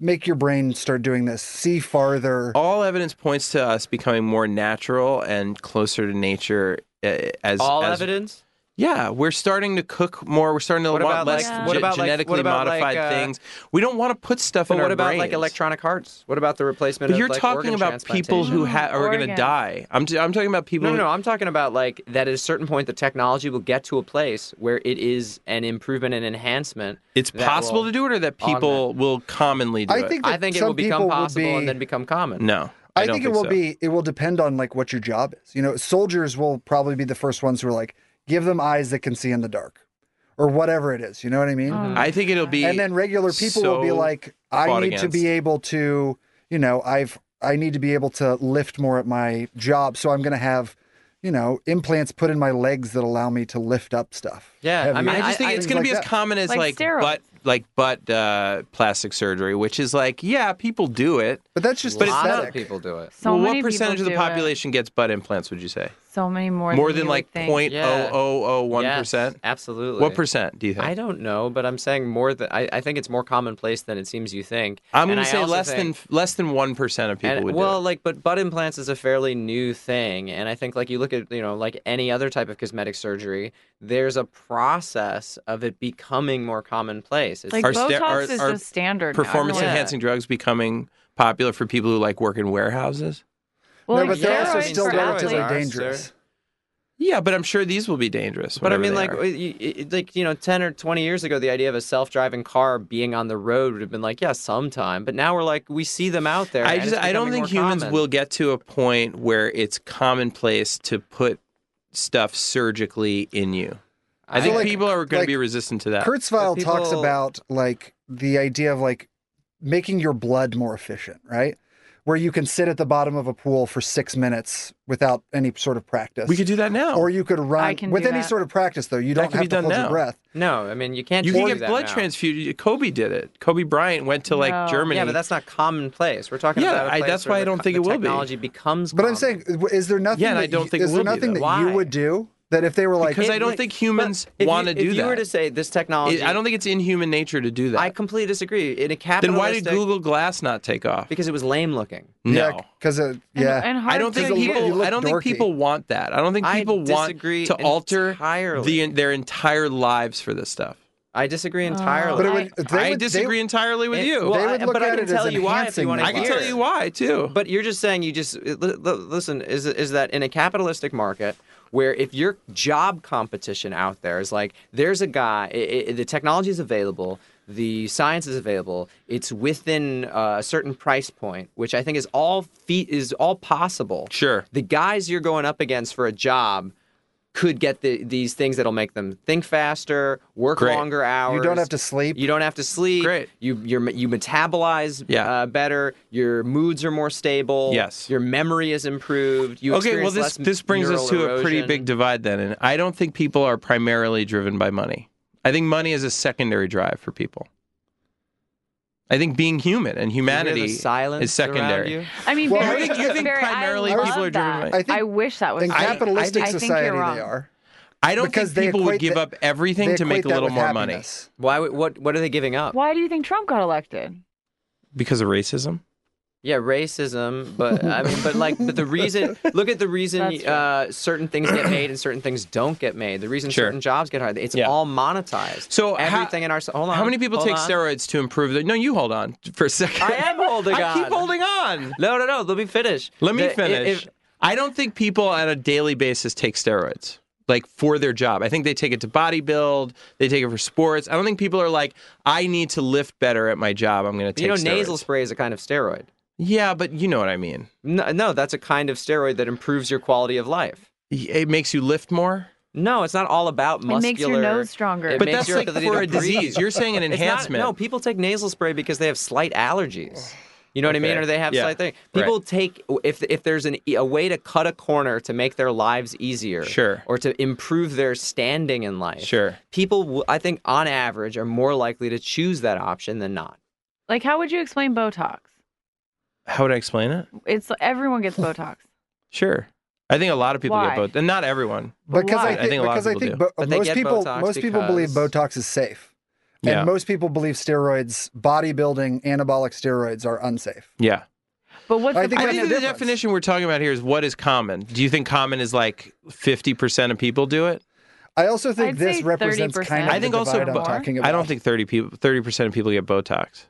make your brain start doing this, see farther.
All evidence points to us becoming more natural and closer to nature. uh, As
All
as-
evidence.
Yeah, we're starting to cook more. We're starting to
What
want
about,
less
like-
ge-
what
about, like-
genetically
what about, like,
modified
uh,
things. We don't want to put stuff
But
in our
what about
brains.
like electronic hearts? What about the replacement?
But
of,
you're
like,
talking
organ
about people who ha- are going to
Organ.
die. I'm t- I'm talking about people.
No, no, no. I'm talking about like that. At a certain point, the technology will get to a place where it is an improvement and enhancement.
It's
that
possible
will-
to do it, or that people
augment.
will commonly do
I
it.
think that
I think it
some
will become
people would
possible
be-
and then become common.
no.
I,
don't
think it will
so.
be it will depend on like what your job is. You know, soldiers will probably be the first ones who are like, give them eyes that can see in the dark. Or whatever it is. You know what I mean?
Mm.
I think it'll be.
and then regular people will be
so
like, I
fought
need to
against.
be able to, you know, I've I need to be able to lift more at my job. So I'm gonna have, you know, implants put in my legs that allow me to lift up stuff.
Yeah, I
Heavy-
mean,
I just think
I-
it's
things
going
like
to be as
that.
common as
Like
like,
steroids.
butt like butt uh, plastic surgery, which is like, yeah, people do it.
But that's just
But
a
it's
lot
aesthetic.
of people do it.
So
well,
many
what
people
percentage of the
do it.
population gets butt implants? Would you say
So many more.
more
than,
than
you
like
would think.
point oh
Yeah.
oh oh one
Yes,
percent?
Absolutely.
What percent do you think?
I don't know, but I'm saying more than I, I think it's more commonplace than it seems you think.
I'm
And
going
I
to say
also
less
think-
than less than one percent of people
and,
would
well,
do.
like, but butt implants is a fairly new thing, and I think like you look at you know like any other type of cosmetic surgery, there's a process of it becoming more commonplace. It's
Like
Are
Botox
sta- are-
is
are
just standard.
it.
now.
Performance
Yeah.
enhancing drugs becoming popular for people who like work in warehouses.
Well,
no,
like
but they're also
steroids
still
for
relatively
athletes.
are,
dangerous.
sir.
Yeah, but I'm sure these will be dangerous.
But I
whatever
mean,
they
like,
are.
uh, you- it- like you know, ten or twenty years ago, the idea of a self-driving car being on the road would have been like, yeah, sometime. But now we're like, we see them out there.
I
and
just
it's
I don't
becoming
think
more
humans
common.
will get to a point where it's commonplace to put stuff surgically in you.
I
I, think
like-
people are going
like
to be resistant to that.
Kurzweil
But
talks
people-
about like the idea of like making your blood more efficient, right? Where you can sit at the bottom of a pool for six minutes without any sort of practice.
we could do that now.
or you could run
can
with
do
any
that.
sort of practice though. You
That
don't
can be
have to
done
hold your
now.
breath.
No, I mean, you can't.
you can
do
get
that
blood
now.
transfusion. Kobe did it. Kobe Bryant went to like
No.
Germany.
Yeah, but that's not commonplace. We're talking
Yeah,
about. a
I-
place
that's
where
why I
the
don't
co-
think
the
it will be.
technology becomes.
But I'm
common.
saying, is there nothing?
Um, Yeah, and
that
I don't
you-
think it
is there
will be,
nothing
though.
that you
Why?
would do that if they were like,
Because I
It-
don't
like-
think humans
but if you-
wanna do
If you were
that.
to say this technology,
It- I don't think it's in human nature to do that.
I completely disagree. In a
then
capitalistic,
why did Google Glass not take off?
Because it was lame looking.
no.
yeah, because yeah,
And, and hard
I don't
to
think
you
use.
look- you
people.
look
I don't
dorky.
think people want that. I don't think
I
people want
disagree
to alter
entirely.
the their entire lives for this stuff.
I disagree entirely.
but it would, they
I
would- they-
disagree entirely with
It-
you.
well,
They
I-
would look
but I
at
can
it as
tell you why if
enhancing
you want
the
to
I can
life.
tell you why too.
But you're just saying you just li- li- listen. Is is that in a capitalistic market where if your job competition out there is like there's a guy, i i the technology is available, the science is available, it's within uh, a certain price point, which I think is all feet is all possible.
Sure.
the guys you're going up against for a job. Could get the, these things that'll make them think faster, work
Great.
longer hours.
You don't have to sleep.
You don't have to sleep.
Great.
You you're, you metabolize
Yeah.
uh, better. Your moods are more stable.
Yes.
Your memory is improved. You
okay, well
experience
this
less
this brings us to
neural
a pretty
erosion.
big divide then, and I don't think people are primarily driven by money. I think money is a secondary drive for people. I think being human and
You hear the
humanity
silence
is secondary.
around you?
I mean,
Well,
very,
you think-
you think
very,
primarily
I love
people are driven
that.
by-
I think-
I wish that was
in
me.
capitalistic
I think you're
society
wrong.
they are.
I don't
Because they
think people would
equate
give
that-
up everything
They
to make
equate
a
that
little
with
more money
happiness.
Why? would- What? What are they giving up?
Why do you think Trump got elected?
because of racism.
Yeah, racism. But I mean, but like, but the reason. Look at the reason
That's true.
uh, certain things get made and certain things don't get made. The reason
Sure.
certain jobs get hired. It's
Yeah.
all monetized.
So how-
everything in our. Hold on.
How many people
hold
take
on.
steroids to improve their? No, you hold on for a second.
I am holding
I keep
on.
holding on.
No, no, no. Let me finish.
Let me
The- i-
finish.
if-
I don't think people on a daily basis take steroids like for their job. I think they take it to bodybuild, they take it for sports. I don't think people are like, I need to lift better at my job. I'm going to take
you know,
steroids.
nasal spray is a kind of steroid.
Yeah, but you know what I mean.
No, no, that's a kind of steroid that improves your quality of life.
It makes you lift more.
No, it's not all about muscular.
makes your nose stronger.
It
But
makes
that's
your
like
ability
for
to
a
breathe.
disease. You're saying an
It's not-
enhancement.
no, people take nasal spray because they have slight allergies. You know what I mean,
Okay.
or they have
Yeah.
slight thing.
Right.
People take if if there's an e, a way to cut a corner to make their lives easier,
Sure.
or to improve their standing in life,
Sure.
People, w- I think, on average, are more likely to choose that option than not.
Like, how would you explain Botox?
How would I explain it?
It's everyone gets Botox.
Sure. I think a lot of people
Why?
get both, and not everyone.
Because
why?
I
I
think,
think a lot of
because I
people
think
do.
bo-
But they
most
get
people
Botox
most people believe
because-
Botox is safe,
Yeah.
and most people believe steroids, bodybuilding, anabolic steroids are unsafe.
Yeah.
But what's
I
the
think
I
point?
that's
think
of
the
it?
difference.
definition we're talking about here is what is common. Do you think common is like 50% of people do it?
I also think
I'd
this
say
represents kind
30%.
of
I think
the
also
divide I'm
bo-
talking about.
I don't think 30 people 30% of people get botox.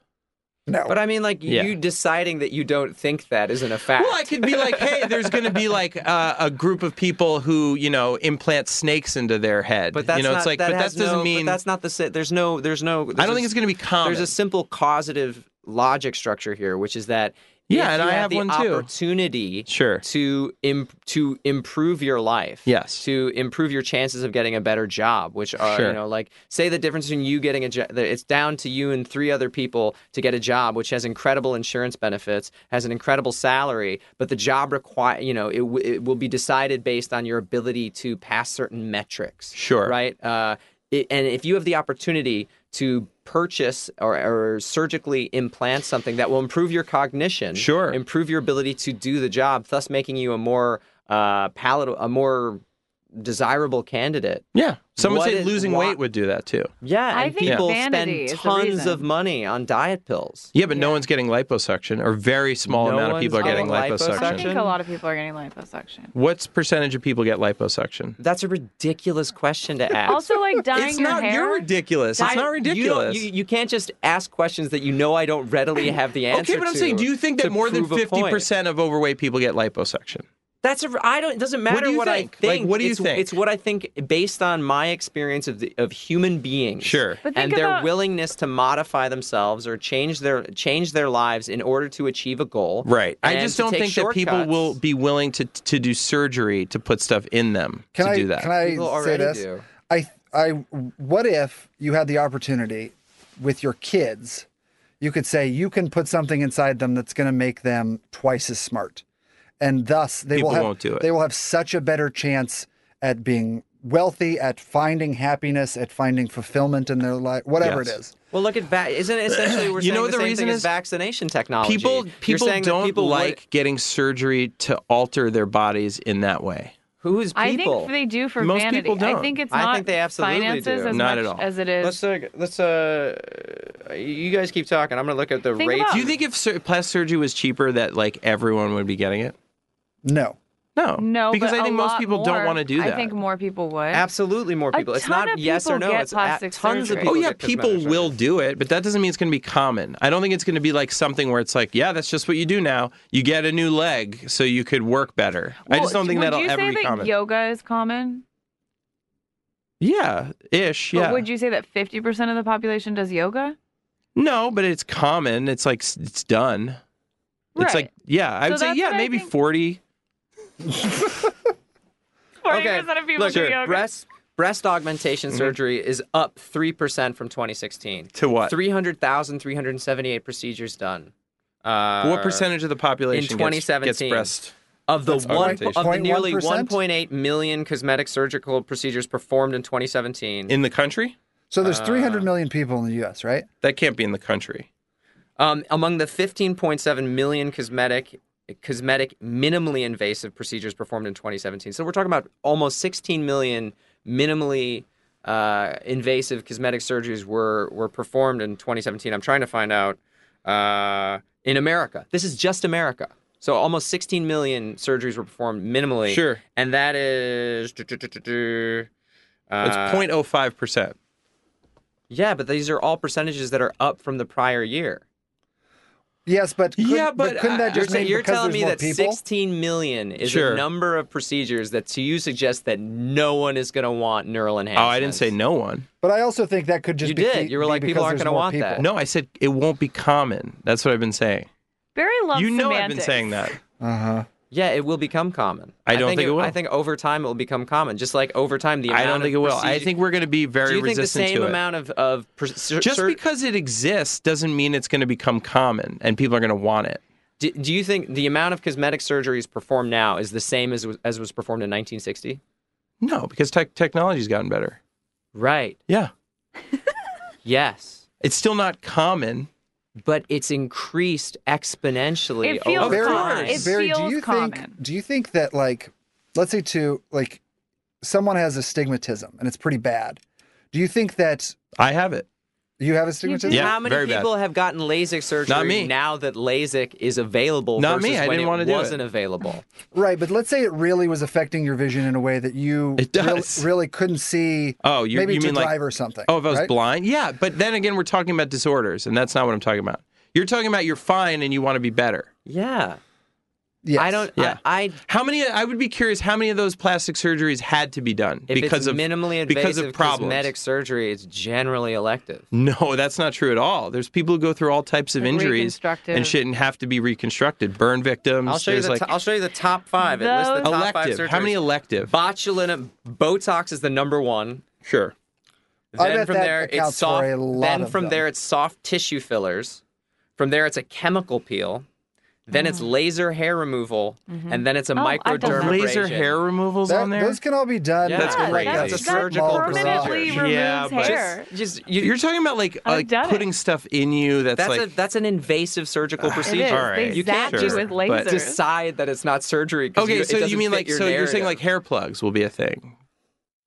no.
But I mean, like
Yeah.
you deciding that you don't think that isn't a fact.
Well, I could be like, hey, there's going to be like uh, a group of people who, you know, implant snakes into their head.
But that's
you know,
not,
it's like
that
but that
has
doesn't
no-
mean
but that's not the si- there's no there's no.
I
there's
don't
a
think it's going to be common.
There's a simple causative logic structure here, which is that
Yeah,
if
and
you
I
have,
have
the
one too.
opportunity
Sure.
to im- to improve your life,
Yes.
to improve your chances of getting a better job, which are
Sure.
you know like say the difference between you getting a job, it's down to you and three other people to get a job, which has incredible insurance benefits, has an incredible salary, but the job require you know it, w- it will be decided based on your ability to pass certain metrics,
Sure.
right? Uh, it, and if you have the opportunity to purchase or, or surgically implant something that will improve your cognition,
Sure.
improve your ability to do the job, thus making you a more uh, palatable, a more desirable candidate.
Yeah. Some would
What
say
is-
losing
why-
weight would do that too.
Yeah,
I
and
think
people
vanity
spend
is the
tons
reason.
of money on diet pills.
Yeah, but no one's getting liposuction, or very small
No
amount of people are
one's
getting
getting
liposuction.
I think
liposuction.
a lot of people are getting liposuction.
What's percentage of people get liposuction?
That's a ridiculous question to ask.
Also, like dyeing
it's
your
not.
hair.
You're ridiculous. It's
I-
not
you don't-
ridiculous.
You, you can't just ask questions that you know I don't readily have the answer.
okay, but I'm
to
saying, do you think that
to
more than
prove a
fifty
point.
percent of overweight people get liposuction?
That's a, I don't. It doesn't matter
do
what,
you
I
think?
think.
Like, what do you
it's,
think?
It's what I think based on my experience of the, of human beings.
Sure.
But
and
think
their
about-
willingness to modify themselves or change their change their lives in order to achieve a goal.
I
and
just
to
don't
take
think that people
shortcuts.
will be willing to to do surgery to put stuff in them
Can
to
I
do that.
can I
People
say
already
this?
do.
I I what if you had the opportunity with your kids, you could say you can put something inside them that's going to make them twice as smart, and thus they
People
will have
won't do it.
they will have such a better chance at being wealthy, at finding happiness, at finding fulfillment in their life, whatever
Yes.
it is.
Well, look at va- isn't it essentially we're
You
saying
know
the,
the
same
reason
thing
is
as vaccination technology.
people
You're
people
saying that
don't
people would-
like getting surgery to alter their bodies in that way.
who's people.
I think they do for
Most
vanity.
people don't.
I think it's
I
not
think they absolutely
finances
do.
as
Not
much
at all.
as it is.
Let's uh, let's uh, you guys keep talking. I'm gonna look at the
Think
rates.
about-
Do you think if sur- plastic surgery was cheaper, that like everyone would be getting it?
No,
No,
no,
because
but
I
a
think most
lot
people
more,
don't want to do that.
I think more people would.
Absolutely, more people. It's
ton
not
of
yes or
people
no.
get
it's a-
plastic
tons
surgery.
of
Oh
people.
yeah,
get
people
cosmetic
will
surgery.
do it, but that doesn't mean it's going to be common. I don't think it's going to be like something where it's like, yeah, that's just what you do now. You get a new leg so you could work better. I
Well,
just don't think
would
that'll
you
ever
say
be
that
common.
yoga is common?
yeah, ish. Yeah.
But would you say that 50% of the population does yoga?
No, but it's common. It's like s- it's done. It's
Right.
like yeah, I
So
would say
that's
yeah,
what I
maybe
think-
forty.
40%
Okay,
of people
look,
do yoga.
breast breast augmentation surgery is up three percent from 2016.
Mm-hmm. To what?
300,000, 378 procedures done. Uh,
what percentage of the population gets- gets,
2017.
breast?
of the one
augmentation.
of the nearly
0.1%?
1.8 million cosmetic surgical procedures performed in 2017?
in the country?
so
Uh.
there's 300 million people in the U.S. Right?
That can't be in the country.
Um, among the 15.7 million cosmetic cosmetic minimally invasive procedures performed in 2017. So we're talking about almost 16 million minimally uh, invasive cosmetic surgeries were were performed in 2017. I'm trying to find out uh, in America. This is just America. So almost 16 million surgeries were performed minimally.
Sure.
And that is.
It's
Uh,
0.05 percent.
Yeah, but these are all percentages that are up from the prior year.
Yes, but couldn't-
Yeah, but
couldn't
I-
that
You're,
just
sa-
mean
you're
because
telling
there's
me
more
that
people?
16 million is
Sure.
a number of procedures that to you suggests that no one is going to want neural
Oh,
enhancement.
I didn't say no one.
But I also think that could just
You
be
did. You were
be
like, people
because
aren't
there's
gonna
more
want
people.
that.
No, I said it won't be common. That's what I've been saying.
Barry loves
you know I've been
semantics.
saying that.
Yeah, it will become common.
I don't think it will.
I think over time it will become common. Just like over time the amount
I don't think it
of
will. I
procedure-
think we're going to be very
Do you think the
resistant
same
to it.
amount of of pr- sur-
Just
sur-
because it exists doesn't mean it's going to become common and people are going to want it.
do, do you think the amount of cosmetic surgeries performed now is the same as was- as was performed in 1960?
No, because tech technology's gotten better.
Right.
Yeah.
Yes.
It's still not common.
But it's increased exponentially
It feels
over
Barry,
common.
time.
It
Barry, do
feels
you
common.
think do you think that like let's say to like someone has astigmatism and it's pretty bad. Do you think that
I have it.
you have astigmatism?
do.
Yeah,
How many
very bad.
people have gotten LASIK surgery
Not me.
now that LASIK is available
Not
versus
me. I
when
didn't
it
wanna do it.
wasn't available?
Right, but let's say it really was affecting your vision in a way that you
It
real-
does.
Really, couldn't see
Oh, you-
maybe
you
to
mean, like-
drive or something.
Oh, if I was
right?
blind? Yeah. But then again, we're talking about disorders, and that's not what I'm talking about. You're talking about you're fine and you want to be better.
Yeah.
Yes.
I don't.
Yeah.
I, I
How many? I would be curious how many of those plastic surgeries had to be done
if it's
because of
minimally invasive
because of problems.
cosmetic surgery, it's generally elective.
No, that's not true at all. There's people who go through all types of
Like
injuries
reconstructive.
and shit and have to be reconstructed. Burn victims.
I'll show you
there's
the.
like
to- I'll show you the top five. It lists the
Those-
top five
elective.
surgeries.
How many elective?
Botulinum Botox is the number one.
Sure.
I
Then
bet
from
that
there, it's
accounts for
soft.
a lot
Then
of
from
them.
there, it's soft tissue fillers. From there, it's a chemical peel. Then it's laser hair removal, and then it's a
Oh, I've done that.
microdermabrasion.
Laser hair removals
That-
on there.
those can all be done.
Yeah, That's
yeah,
great.
That's,
That's a
that
surgical
permanently
procedure.
removes
Yeah, but-
hair.
Just you,
You're talking about like
I've
like
done it.
putting stuff in you that's,
that's
like
a that's an invasive surgical
It
procedure.
is.
All right,
They
you
zap
can't
you
just-
with
but-
lasers.
Decide that it's not surgery. 'cause
okay.
you, it
so you
doesn't
mean
fit
like
your
so you're
narrative.
saying like hair plugs will be a thing?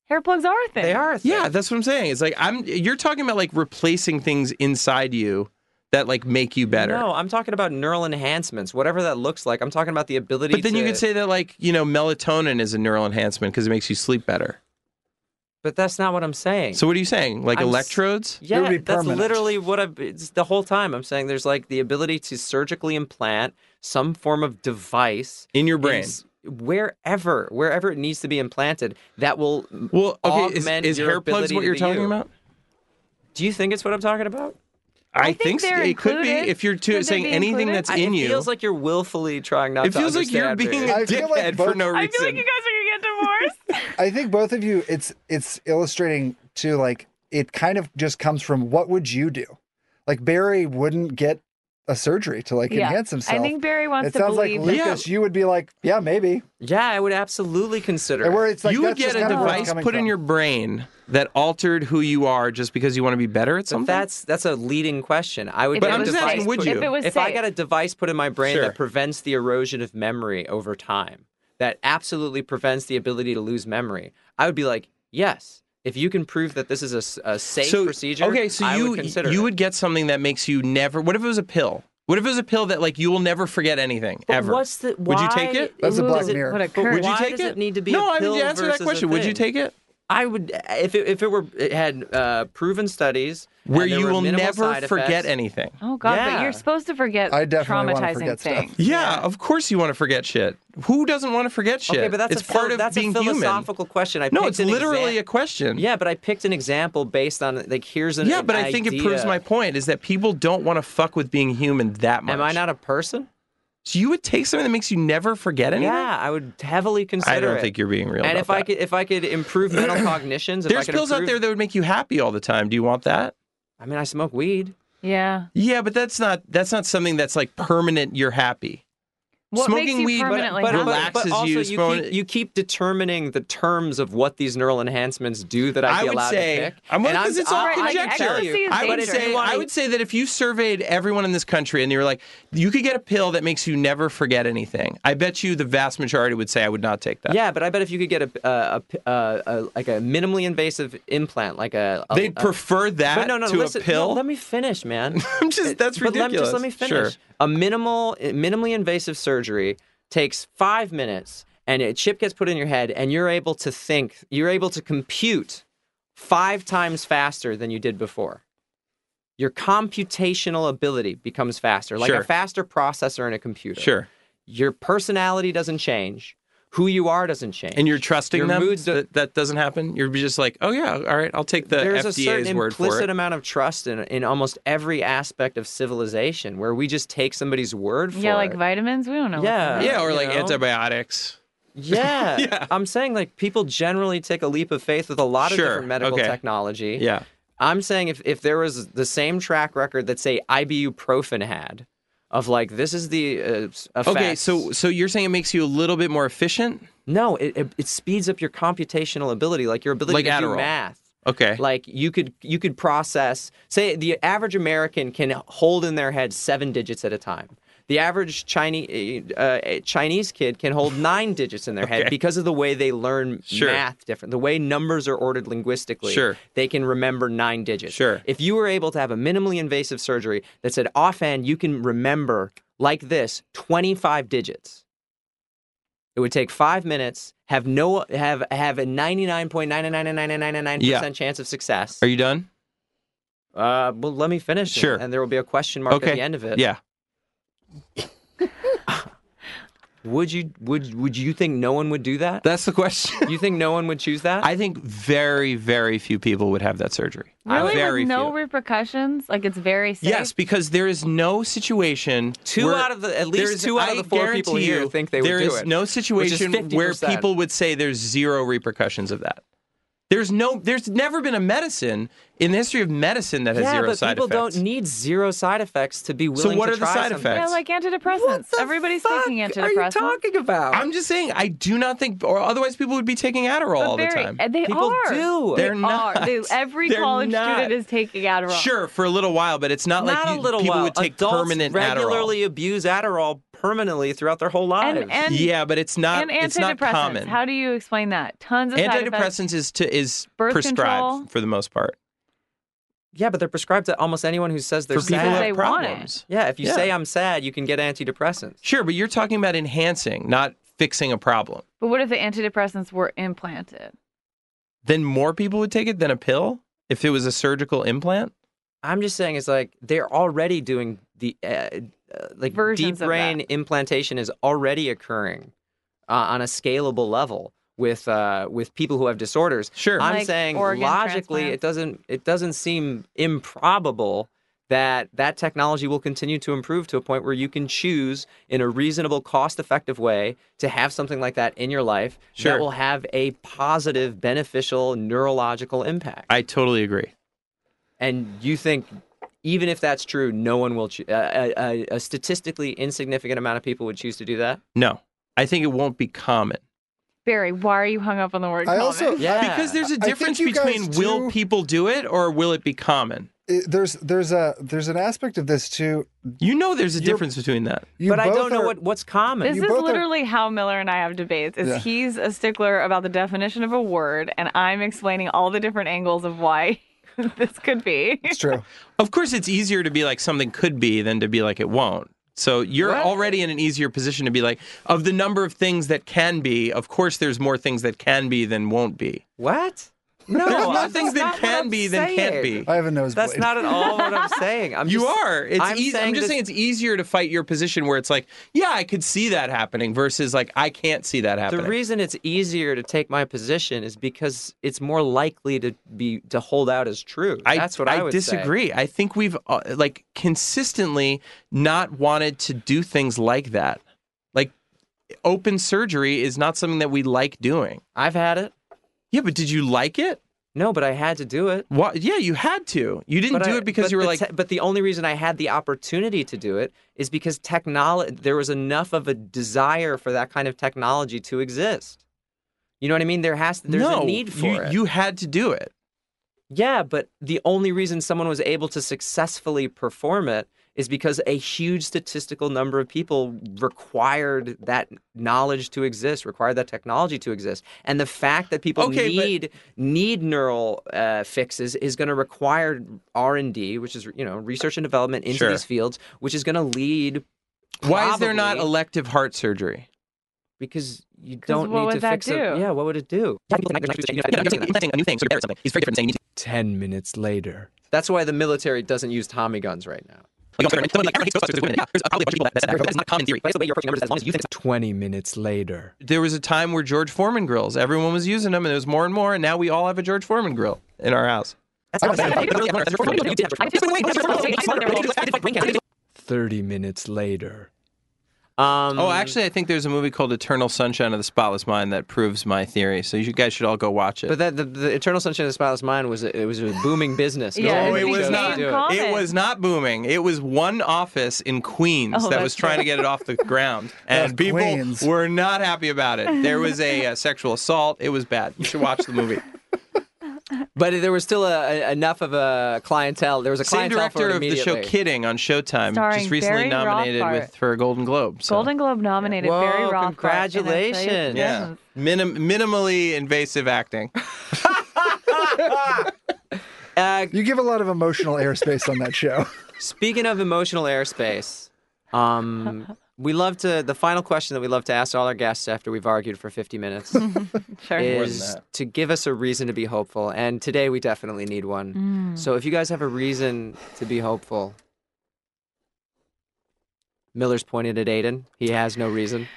hair plugs are a thing.
they are? a
Yeah,
thing.
that's what I'm saying. It's like I'm you're talking about like replacing things inside you that like make you better.
No, I'm talking about neural enhancements, whatever that looks like. I'm talking about the ability.
But then you
to-
could say that like you know melatonin is a neural enhancement because it makes you sleep better.
but that's not what I'm saying.
So what are you saying? Like
I'm s-
electrodes?
would
Yeah,
be
that's
permanent.
literally what I've it's the whole time. I'm saying there's like the ability to surgically implant some form of device
In your
in
brain.
s- wherever, wherever it needs to be implanted, that will.
Well, okay, is,
augment
is
your
hair plugs
ability
what
to
you're
be
talking
you.
about?
Do you think it's what I'm talking about?
I,
think
so.
they're
it could be
included.
if you're
Could
too,
they
saying
be
anything
included?
that's
I-
in
it
you.
feels like you're willfully trying not
it
to
feels like you're
understand me.
being a
I
dickhead
feel like
for
both-
no
I
reason.
feel like you guys are gonna get divorced.
I think both of you, it's it's illustrating too. Like it kind of just comes from what would you do? Like Barry wouldn't get a surgery to like enhance himself.
I think Barry wants
it
to
sounds like
believe. that-
Yeah.
Lucas, you would be like, yeah, maybe.
Yeah, I would absolutely consider.
And where
it.
it's like
you would
that's
get
just
a
kind of where it's
device
coming
put in
from.
your brain that altered who you are just because you want to be better at
But
something.
that's that's a leading question. I would.
If
But
get
it
I'm
a
was
just
device
asking,
safe-
would
put-
you?
If it was
if
safe,
I got a device put in my brain
Sure.
that prevents the erosion of memory over time, that absolutely prevents the ability to lose memory, I would be like, yes. If you can prove that this is a s- a, safe procedure,
Okay, so
I
you
would consider
you
it.
would get something that makes you never. What if it was a pill? What if it was a pill that like you will never forget anything
But
ever?
What's the?
Would you take
why-
it?
That's a
Ooh,
Black
is it-
Mirror.
What a
but
curse.
would you
why
take
does it need to be a
No, I
pill
mean to answer that
versus a
question. Would you
thing?
take it?
I would if it, if it were it had uh, proven studies and
Where
there
you
were
will
minimal
never
side
forget
effects,
anything.
oh God,
Yeah.
but you're supposed to forget
I definitely wanna
traumatizing
forget stuff.
things.
Yeah, of course you want to forget shit. Who doesn't want to forget shit?
Okay, but that's
it's
a phil-
part of
that's
being
a philosophical question. I
human. No,
picked
it's
an
literally
exam-
a question.
Yeah, but I picked an example based on like here's an
Yeah,
an
but I think it proves
idea.
my point is that people don't want to fuck with being human that much.
Am I not a person?
So you would take something that makes you never forget anything?
Yeah, I would heavily consider.
I don't
it.
think you're being real.
And
about
if I
that.
could, if I could improve mental cognitions, if I
there's
could
pills out
improve-
there that would make you happy all the time. Do you want that?
I mean, I smoke weed.
Yeah.
Yeah, but that's not that's not something that's like permanent. You're happy.
What
Smoking
makes you
weed, but-
permanently
but,
happy?
relax-
but,
relaxes
but also
you,
you,
smoking-
keep, you keep determining the terms of what these neural enhancements do that I'd
I
be
would
allowed
say-
to pick.
I'm-
And
because it's all
I- I can
conjecture.
tell you-
Ecstasy is
I
but
would
if you
dangerous.
say
wanna-
I would say that if you surveyed everyone in this country and you were like, you could get a pill that makes you never forget anything. I bet you the vast majority would say I would not take that.
Yeah, but I bet if you could get a, a, a, a, a like a minimally invasive implant, like a, a
They'd
a-
prefer that
Oh, uh, But no, no,
to
listen,
a pill.
No, let me finish, man.
I'm just- that's
but Let, just let me
ridiculous.
finish.
Sure.
A minimal, minimally invasive surgery takes five minutes, and a chip gets put in your head, and you're able to think, you're able to compute five times faster than you did before. Your computational ability becomes faster, like
Sure.
a faster processor in a computer.
Sure.
Your personality doesn't change. Who you are doesn't change.
And you're trusting
Your
them
moods do-
that that doesn't happen. You're just like, oh yeah, all right, I'll take the
there's a
FDA's
certain
word for
implicit
it.
amount of trust in, in almost every aspect of civilization where we just take somebody's word for
yeah, like
it.
vitamins. We don't know. what's
Yeah.
in it.
yeah, or
you
like
know?
antibiotics.
yeah. I'm saying like people generally take a leap of faith with a lot of
Sure,
different medical
okay.
technology.
Yeah.
I'm saying if, if there was the same track record that say ibuprofen had of like this is the uh, s-
Okay,
effects-
so so you're saying it makes you a little bit more efficient?
no, it, it it speeds up your computational ability, like your ability
Like
to do
Adderall.
math.
Okay.
Like you could you could process say the average American can hold in their head seven digits at a time. The average Chinese uh, Chinese kid can hold nine digits in their head
Okay.
because of the way they learn
Sure.
math different. The way numbers are ordered linguistically,
Sure.
they can remember nine digits.
Sure.
If you were able to have a minimally invasive surgery that said offhand you can remember like this twenty five digits, it would take five minutes. Have no have have a ninety nine point nine nine nine nine nine nine nine
Yeah.
percent chance of success.
Are you done?
Uh, well, let me finish.
Sure.
And there will be a question mark
okay.
at the end of it.
Yeah.
Would you would would you think no one would do that?
That's the question.
you think no one would choose that?
I think very, very few people would have that surgery.
Really,
very
with no
few.
repercussions. Like it's very safe.
Yes, because there is no situation.
Two
where-
out of the- at least
there is-
two out of
I
the four people
guarantee
here
you,
think they would
There
do
is
it,
no
which is
situation where
50%.
people would say there's zero repercussions of that. There's no, there's never been a medicine in the history of medicine that has
yeah,
zero
but
side
people
effects.
don't need zero side effects to be willing.
what
to
are the
try
side
something.
effects?
Yeah, like antidepressants. Everybody's taking antidepressants.
about?
I'm just saying, I do not think, or otherwise people would be taking Adderall all the
Barry,
time.
uh, They
People
are.
do.
They
They're not.
Are. They, every
They're
college
not.
student is taking Adderall.
Sure, for a little while, but it's not,
Not
like
a
you,
little
people
while.
would take
Adults
permanent
regularly abuse Adderall permanently throughout their whole lives.
And and
Adderall. Yeah, but it's not.
and
uh, it's not
antidepressants.
common.
How do you explain that? Tons of side effects.
Antidepressants is to is
Birth
prescribed
control.
for the most part
yeah, but they're prescribed to almost anyone who says they're
for people who
sad.
Because they
have
want it.
problems.
yeah, if you
Yeah.
say I'm sad, you can get antidepressants.
Sure, but you're talking about enhancing, not fixing a problem.
But what if the antidepressants were implanted?
Then more people would take it than a pill if it was a surgical implant.
I'm just saying it's like they're already doing the uh, uh, like
Versions
deep
of
brain implantation is already occurring uh, on a scalable level with uh, with people who have disorders.
Sure.
I'm
Like
saying
organ
logically
transplants.
it doesn't it doesn't seem improbable that that technology will continue to improve to a point where you can choose in a reasonable cost effective way to have something like that in your life
Sure.
that will have a positive beneficial neurological impact
I totally agree.
and you think even if that's true, no one will. Cho- uh, a, a statistically insignificant amount of people would choose to do that.
No, I think it won't be common
Barry, why are you hung up on the word?
I
common?
also
Yeah,
because there's a
think
difference
you guys
between will
do-
people do it or will it be common.
it- there's there's a there's an aspect of this too.
You know, there's a
You're-
difference between that.
You
But I
both
don't know
are-
what what's common.
This
You
is
both are-
literally how Miller and I have debates. Is
Yeah.
he's a stickler about the definition of a word, and I'm explaining all the different angles of why this could be.
It's true.
Of course, it's easier to be like something could be than to be like it won't. So you're already in an easier position to be like, of the number of things that can be, of course, there's more things that can be than won't be.
what? No,
There's more
that's
things
not
that
what
can
I'm
be than can't
saying.
be.
I have a nosebleed.
That's not at all what I'm saying. I'm
You
just-
are. It's
I'm,
easy.
saying
I'm just
this-
saying it's easier to fight your position where it's like, yeah, I could see that happening versus like I can't see that
The
happening.
reason it's easier to take my position is because it's more likely to be to hold out as true.
I,
That's what I, would say.
disagree. I think we've uh, like consistently not wanted to do things like that. Like open surgery is not something that we like doing.
I've had it.
Yeah, but did you like it?
No, but I had to do it.
What? Yeah, you had to. You didn't
But
do
I-
it because
but
you were
the
like,
te- but the only reason I had the opportunity to do it is because technology. There was enough of a desire for that kind of technology to exist. You know what I mean? There has there's
no,
a need for
you,
it.
you had to do it.
yeah, but the only reason someone was able to successfully perform it is because a huge statistical number of people required that knowledge to exist, required that technology to exist, and the fact that people
Okay, but-
need need neural uh, fixes is going to require R and D, which is you know research and development into
Sure.
these fields, which is going to lead.
Why is there not
probably-
elective heart surgery?
because you don't
what
need
would
to
that
fix it?
do?
Yeah, what would it do?
a new thing, so something. He's very different saying
Ten minutes later. That's why the military doesn't use Tommy guns right now. Twenty minutes later.
There was a time where George Foreman grills, everyone was using them, and there was more and more, and now we all have a George Foreman grill in our house.
Thirty minutes later.
Um,
Oh, actually, I think there's a movie called Eternal Sunshine of the Spotless Mind that proves my theory. So you guys should all go watch it.
But that the, the Eternal Sunshine of the Spotless Mind was a, it was a booming business.
Yeah,
one
no, Oh, it
it
was
chose to
not.
do it.
common.
It was not booming. It was one office in Queens
Oh,
that
that's
was trying to get it off the ground, and
That's
people
Queens.
were not happy about it. There was a, uh sexual assault. It was bad. You should watch the movie.
But there was still a, a- enough of a clientele. There was a
Same
clientele for
director
it
of the show
immediately.
Kidding on Showtime,
Starring
just recently
Barry
nominated
Rothbart.
with for a Golden Globe. So.
Golden Globe nominated
Whoa,
Barry Rothbart.
congratulations.
yeah, Minim- minimally invasive acting.
Uh,
You give a lot of emotional airspace on that show.
Speaking of emotional airspace, um, we love to. The final question that we love to ask all our guests after we've argued for 50 minutes
Sure.
is
that.
to give us a reason to be hopeful. And today we definitely need one.
Mm.
So if you guys have a reason to be hopeful, Miller's pointed at Aiden. He has no reason.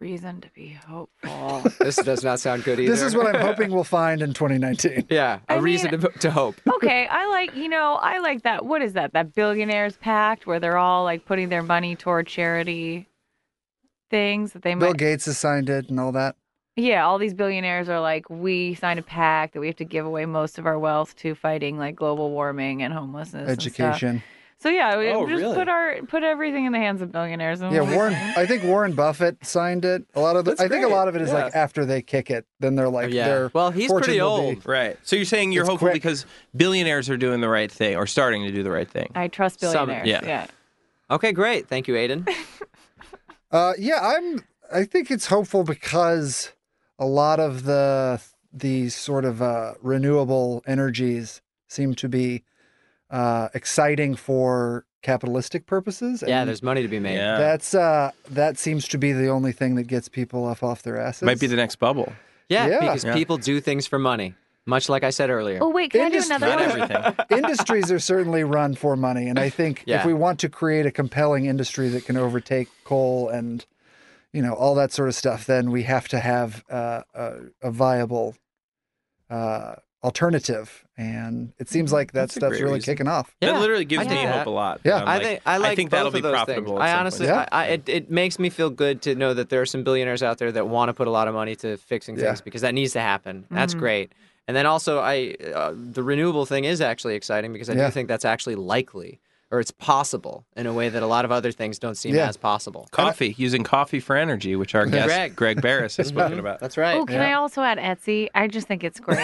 Reason to be hopeful.
This does not sound good either.
This is what I'm hoping we'll find in 2019.
Yeah, a
I
reason
mean-
to, to hope.
okay, I like you know I like that. What is that? That billionaires pact where they're all like putting their money toward charity things that they
Bill
might.
Gates has signed it and all that.
yeah, all these billionaires are like, we signed a pact that we have to give away most of our wealth to fighting like global warming and homelessness. and stuff.
Education.
So yeah, we
Oh,
just
really?
put our put everything in the hands of billionaires. And
Yeah,
we'll-
Warren. I think Warren Buffett signed it. A lot of the,
That's
I think a
great.
lot of it is like after they kick it, then they're like,
Yeah.
their
Well, he's
fortune
pretty
will be-
old.
Right. So you're saying you're
It's
hopeful
quick.
because billionaires are doing the right thing or starting to do the right thing.
I trust
Some-
billionaires.
yeah.
yeah.
Okay, great. Thank you, Aiden.
Uh, yeah, I'm. I think it's hopeful because a lot of the the sort of uh, renewable energies seem to be uh, exciting for capitalistic purposes.
Yeah,
and
there's money to be made.
Yeah.
that's uh, that seems to be the only thing that gets people up off their asses.
Might be the next bubble.
Yeah,
Yeah.
because
Yeah.
people do things for money, much like I said earlier.
Oh wait, can I do
Industry-
another
Not
one?
everything.
industries are certainly run for money, and I think if
Yeah.
we want to create a compelling industry that can overtake coal and you know all that sort of stuff, then we have to have uh, a, a viable uh, alternative, and it seems like that
Mm-hmm. a
stuff's
great
really
reason.
kicking off.
Yeah,
that literally
I
gives me
think
hope
that-
a lot.
Yeah.
I'm
I think I like
I think
both
that'll
of
be
those
profitable.
Things.
at
I
some
honestly,
point.
point.
I, I, it, it makes me feel good to know that there are some billionaires out there that want to put a lot of money to fixing
Yeah.
things because that needs to happen. That's
Mm-hmm.
great. And then also, I uh, the renewable thing is actually exciting because I
Yeah.
do think that's actually likely or it's possible in a way that a lot of other things don't seem
Yeah.
as possible.
coffee, using coffee for energy, which our guest
Greg.
Greg, Barris has spoken about.
That's right.
Oh, can I also add Etsy? I just think it's great.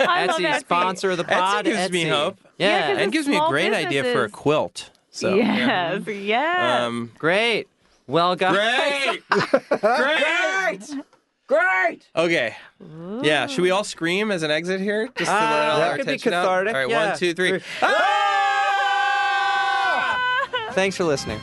I love
Etsy,
Etsy.
sponsor of the pod.
gives me hope.
Yeah,
'cause
And
it's
it gives me a
small
great idea for a
businesses.
quilt. So,
yes, yes.
Um,
great. Well, guys.
great, great, great. Okay. Yeah. Should we all scream as an exit here? Just to let
Ah,
all
that
our
could be
attention out?
cathartic,
All right.
yeah.
One, two, three.
Thanks for listening.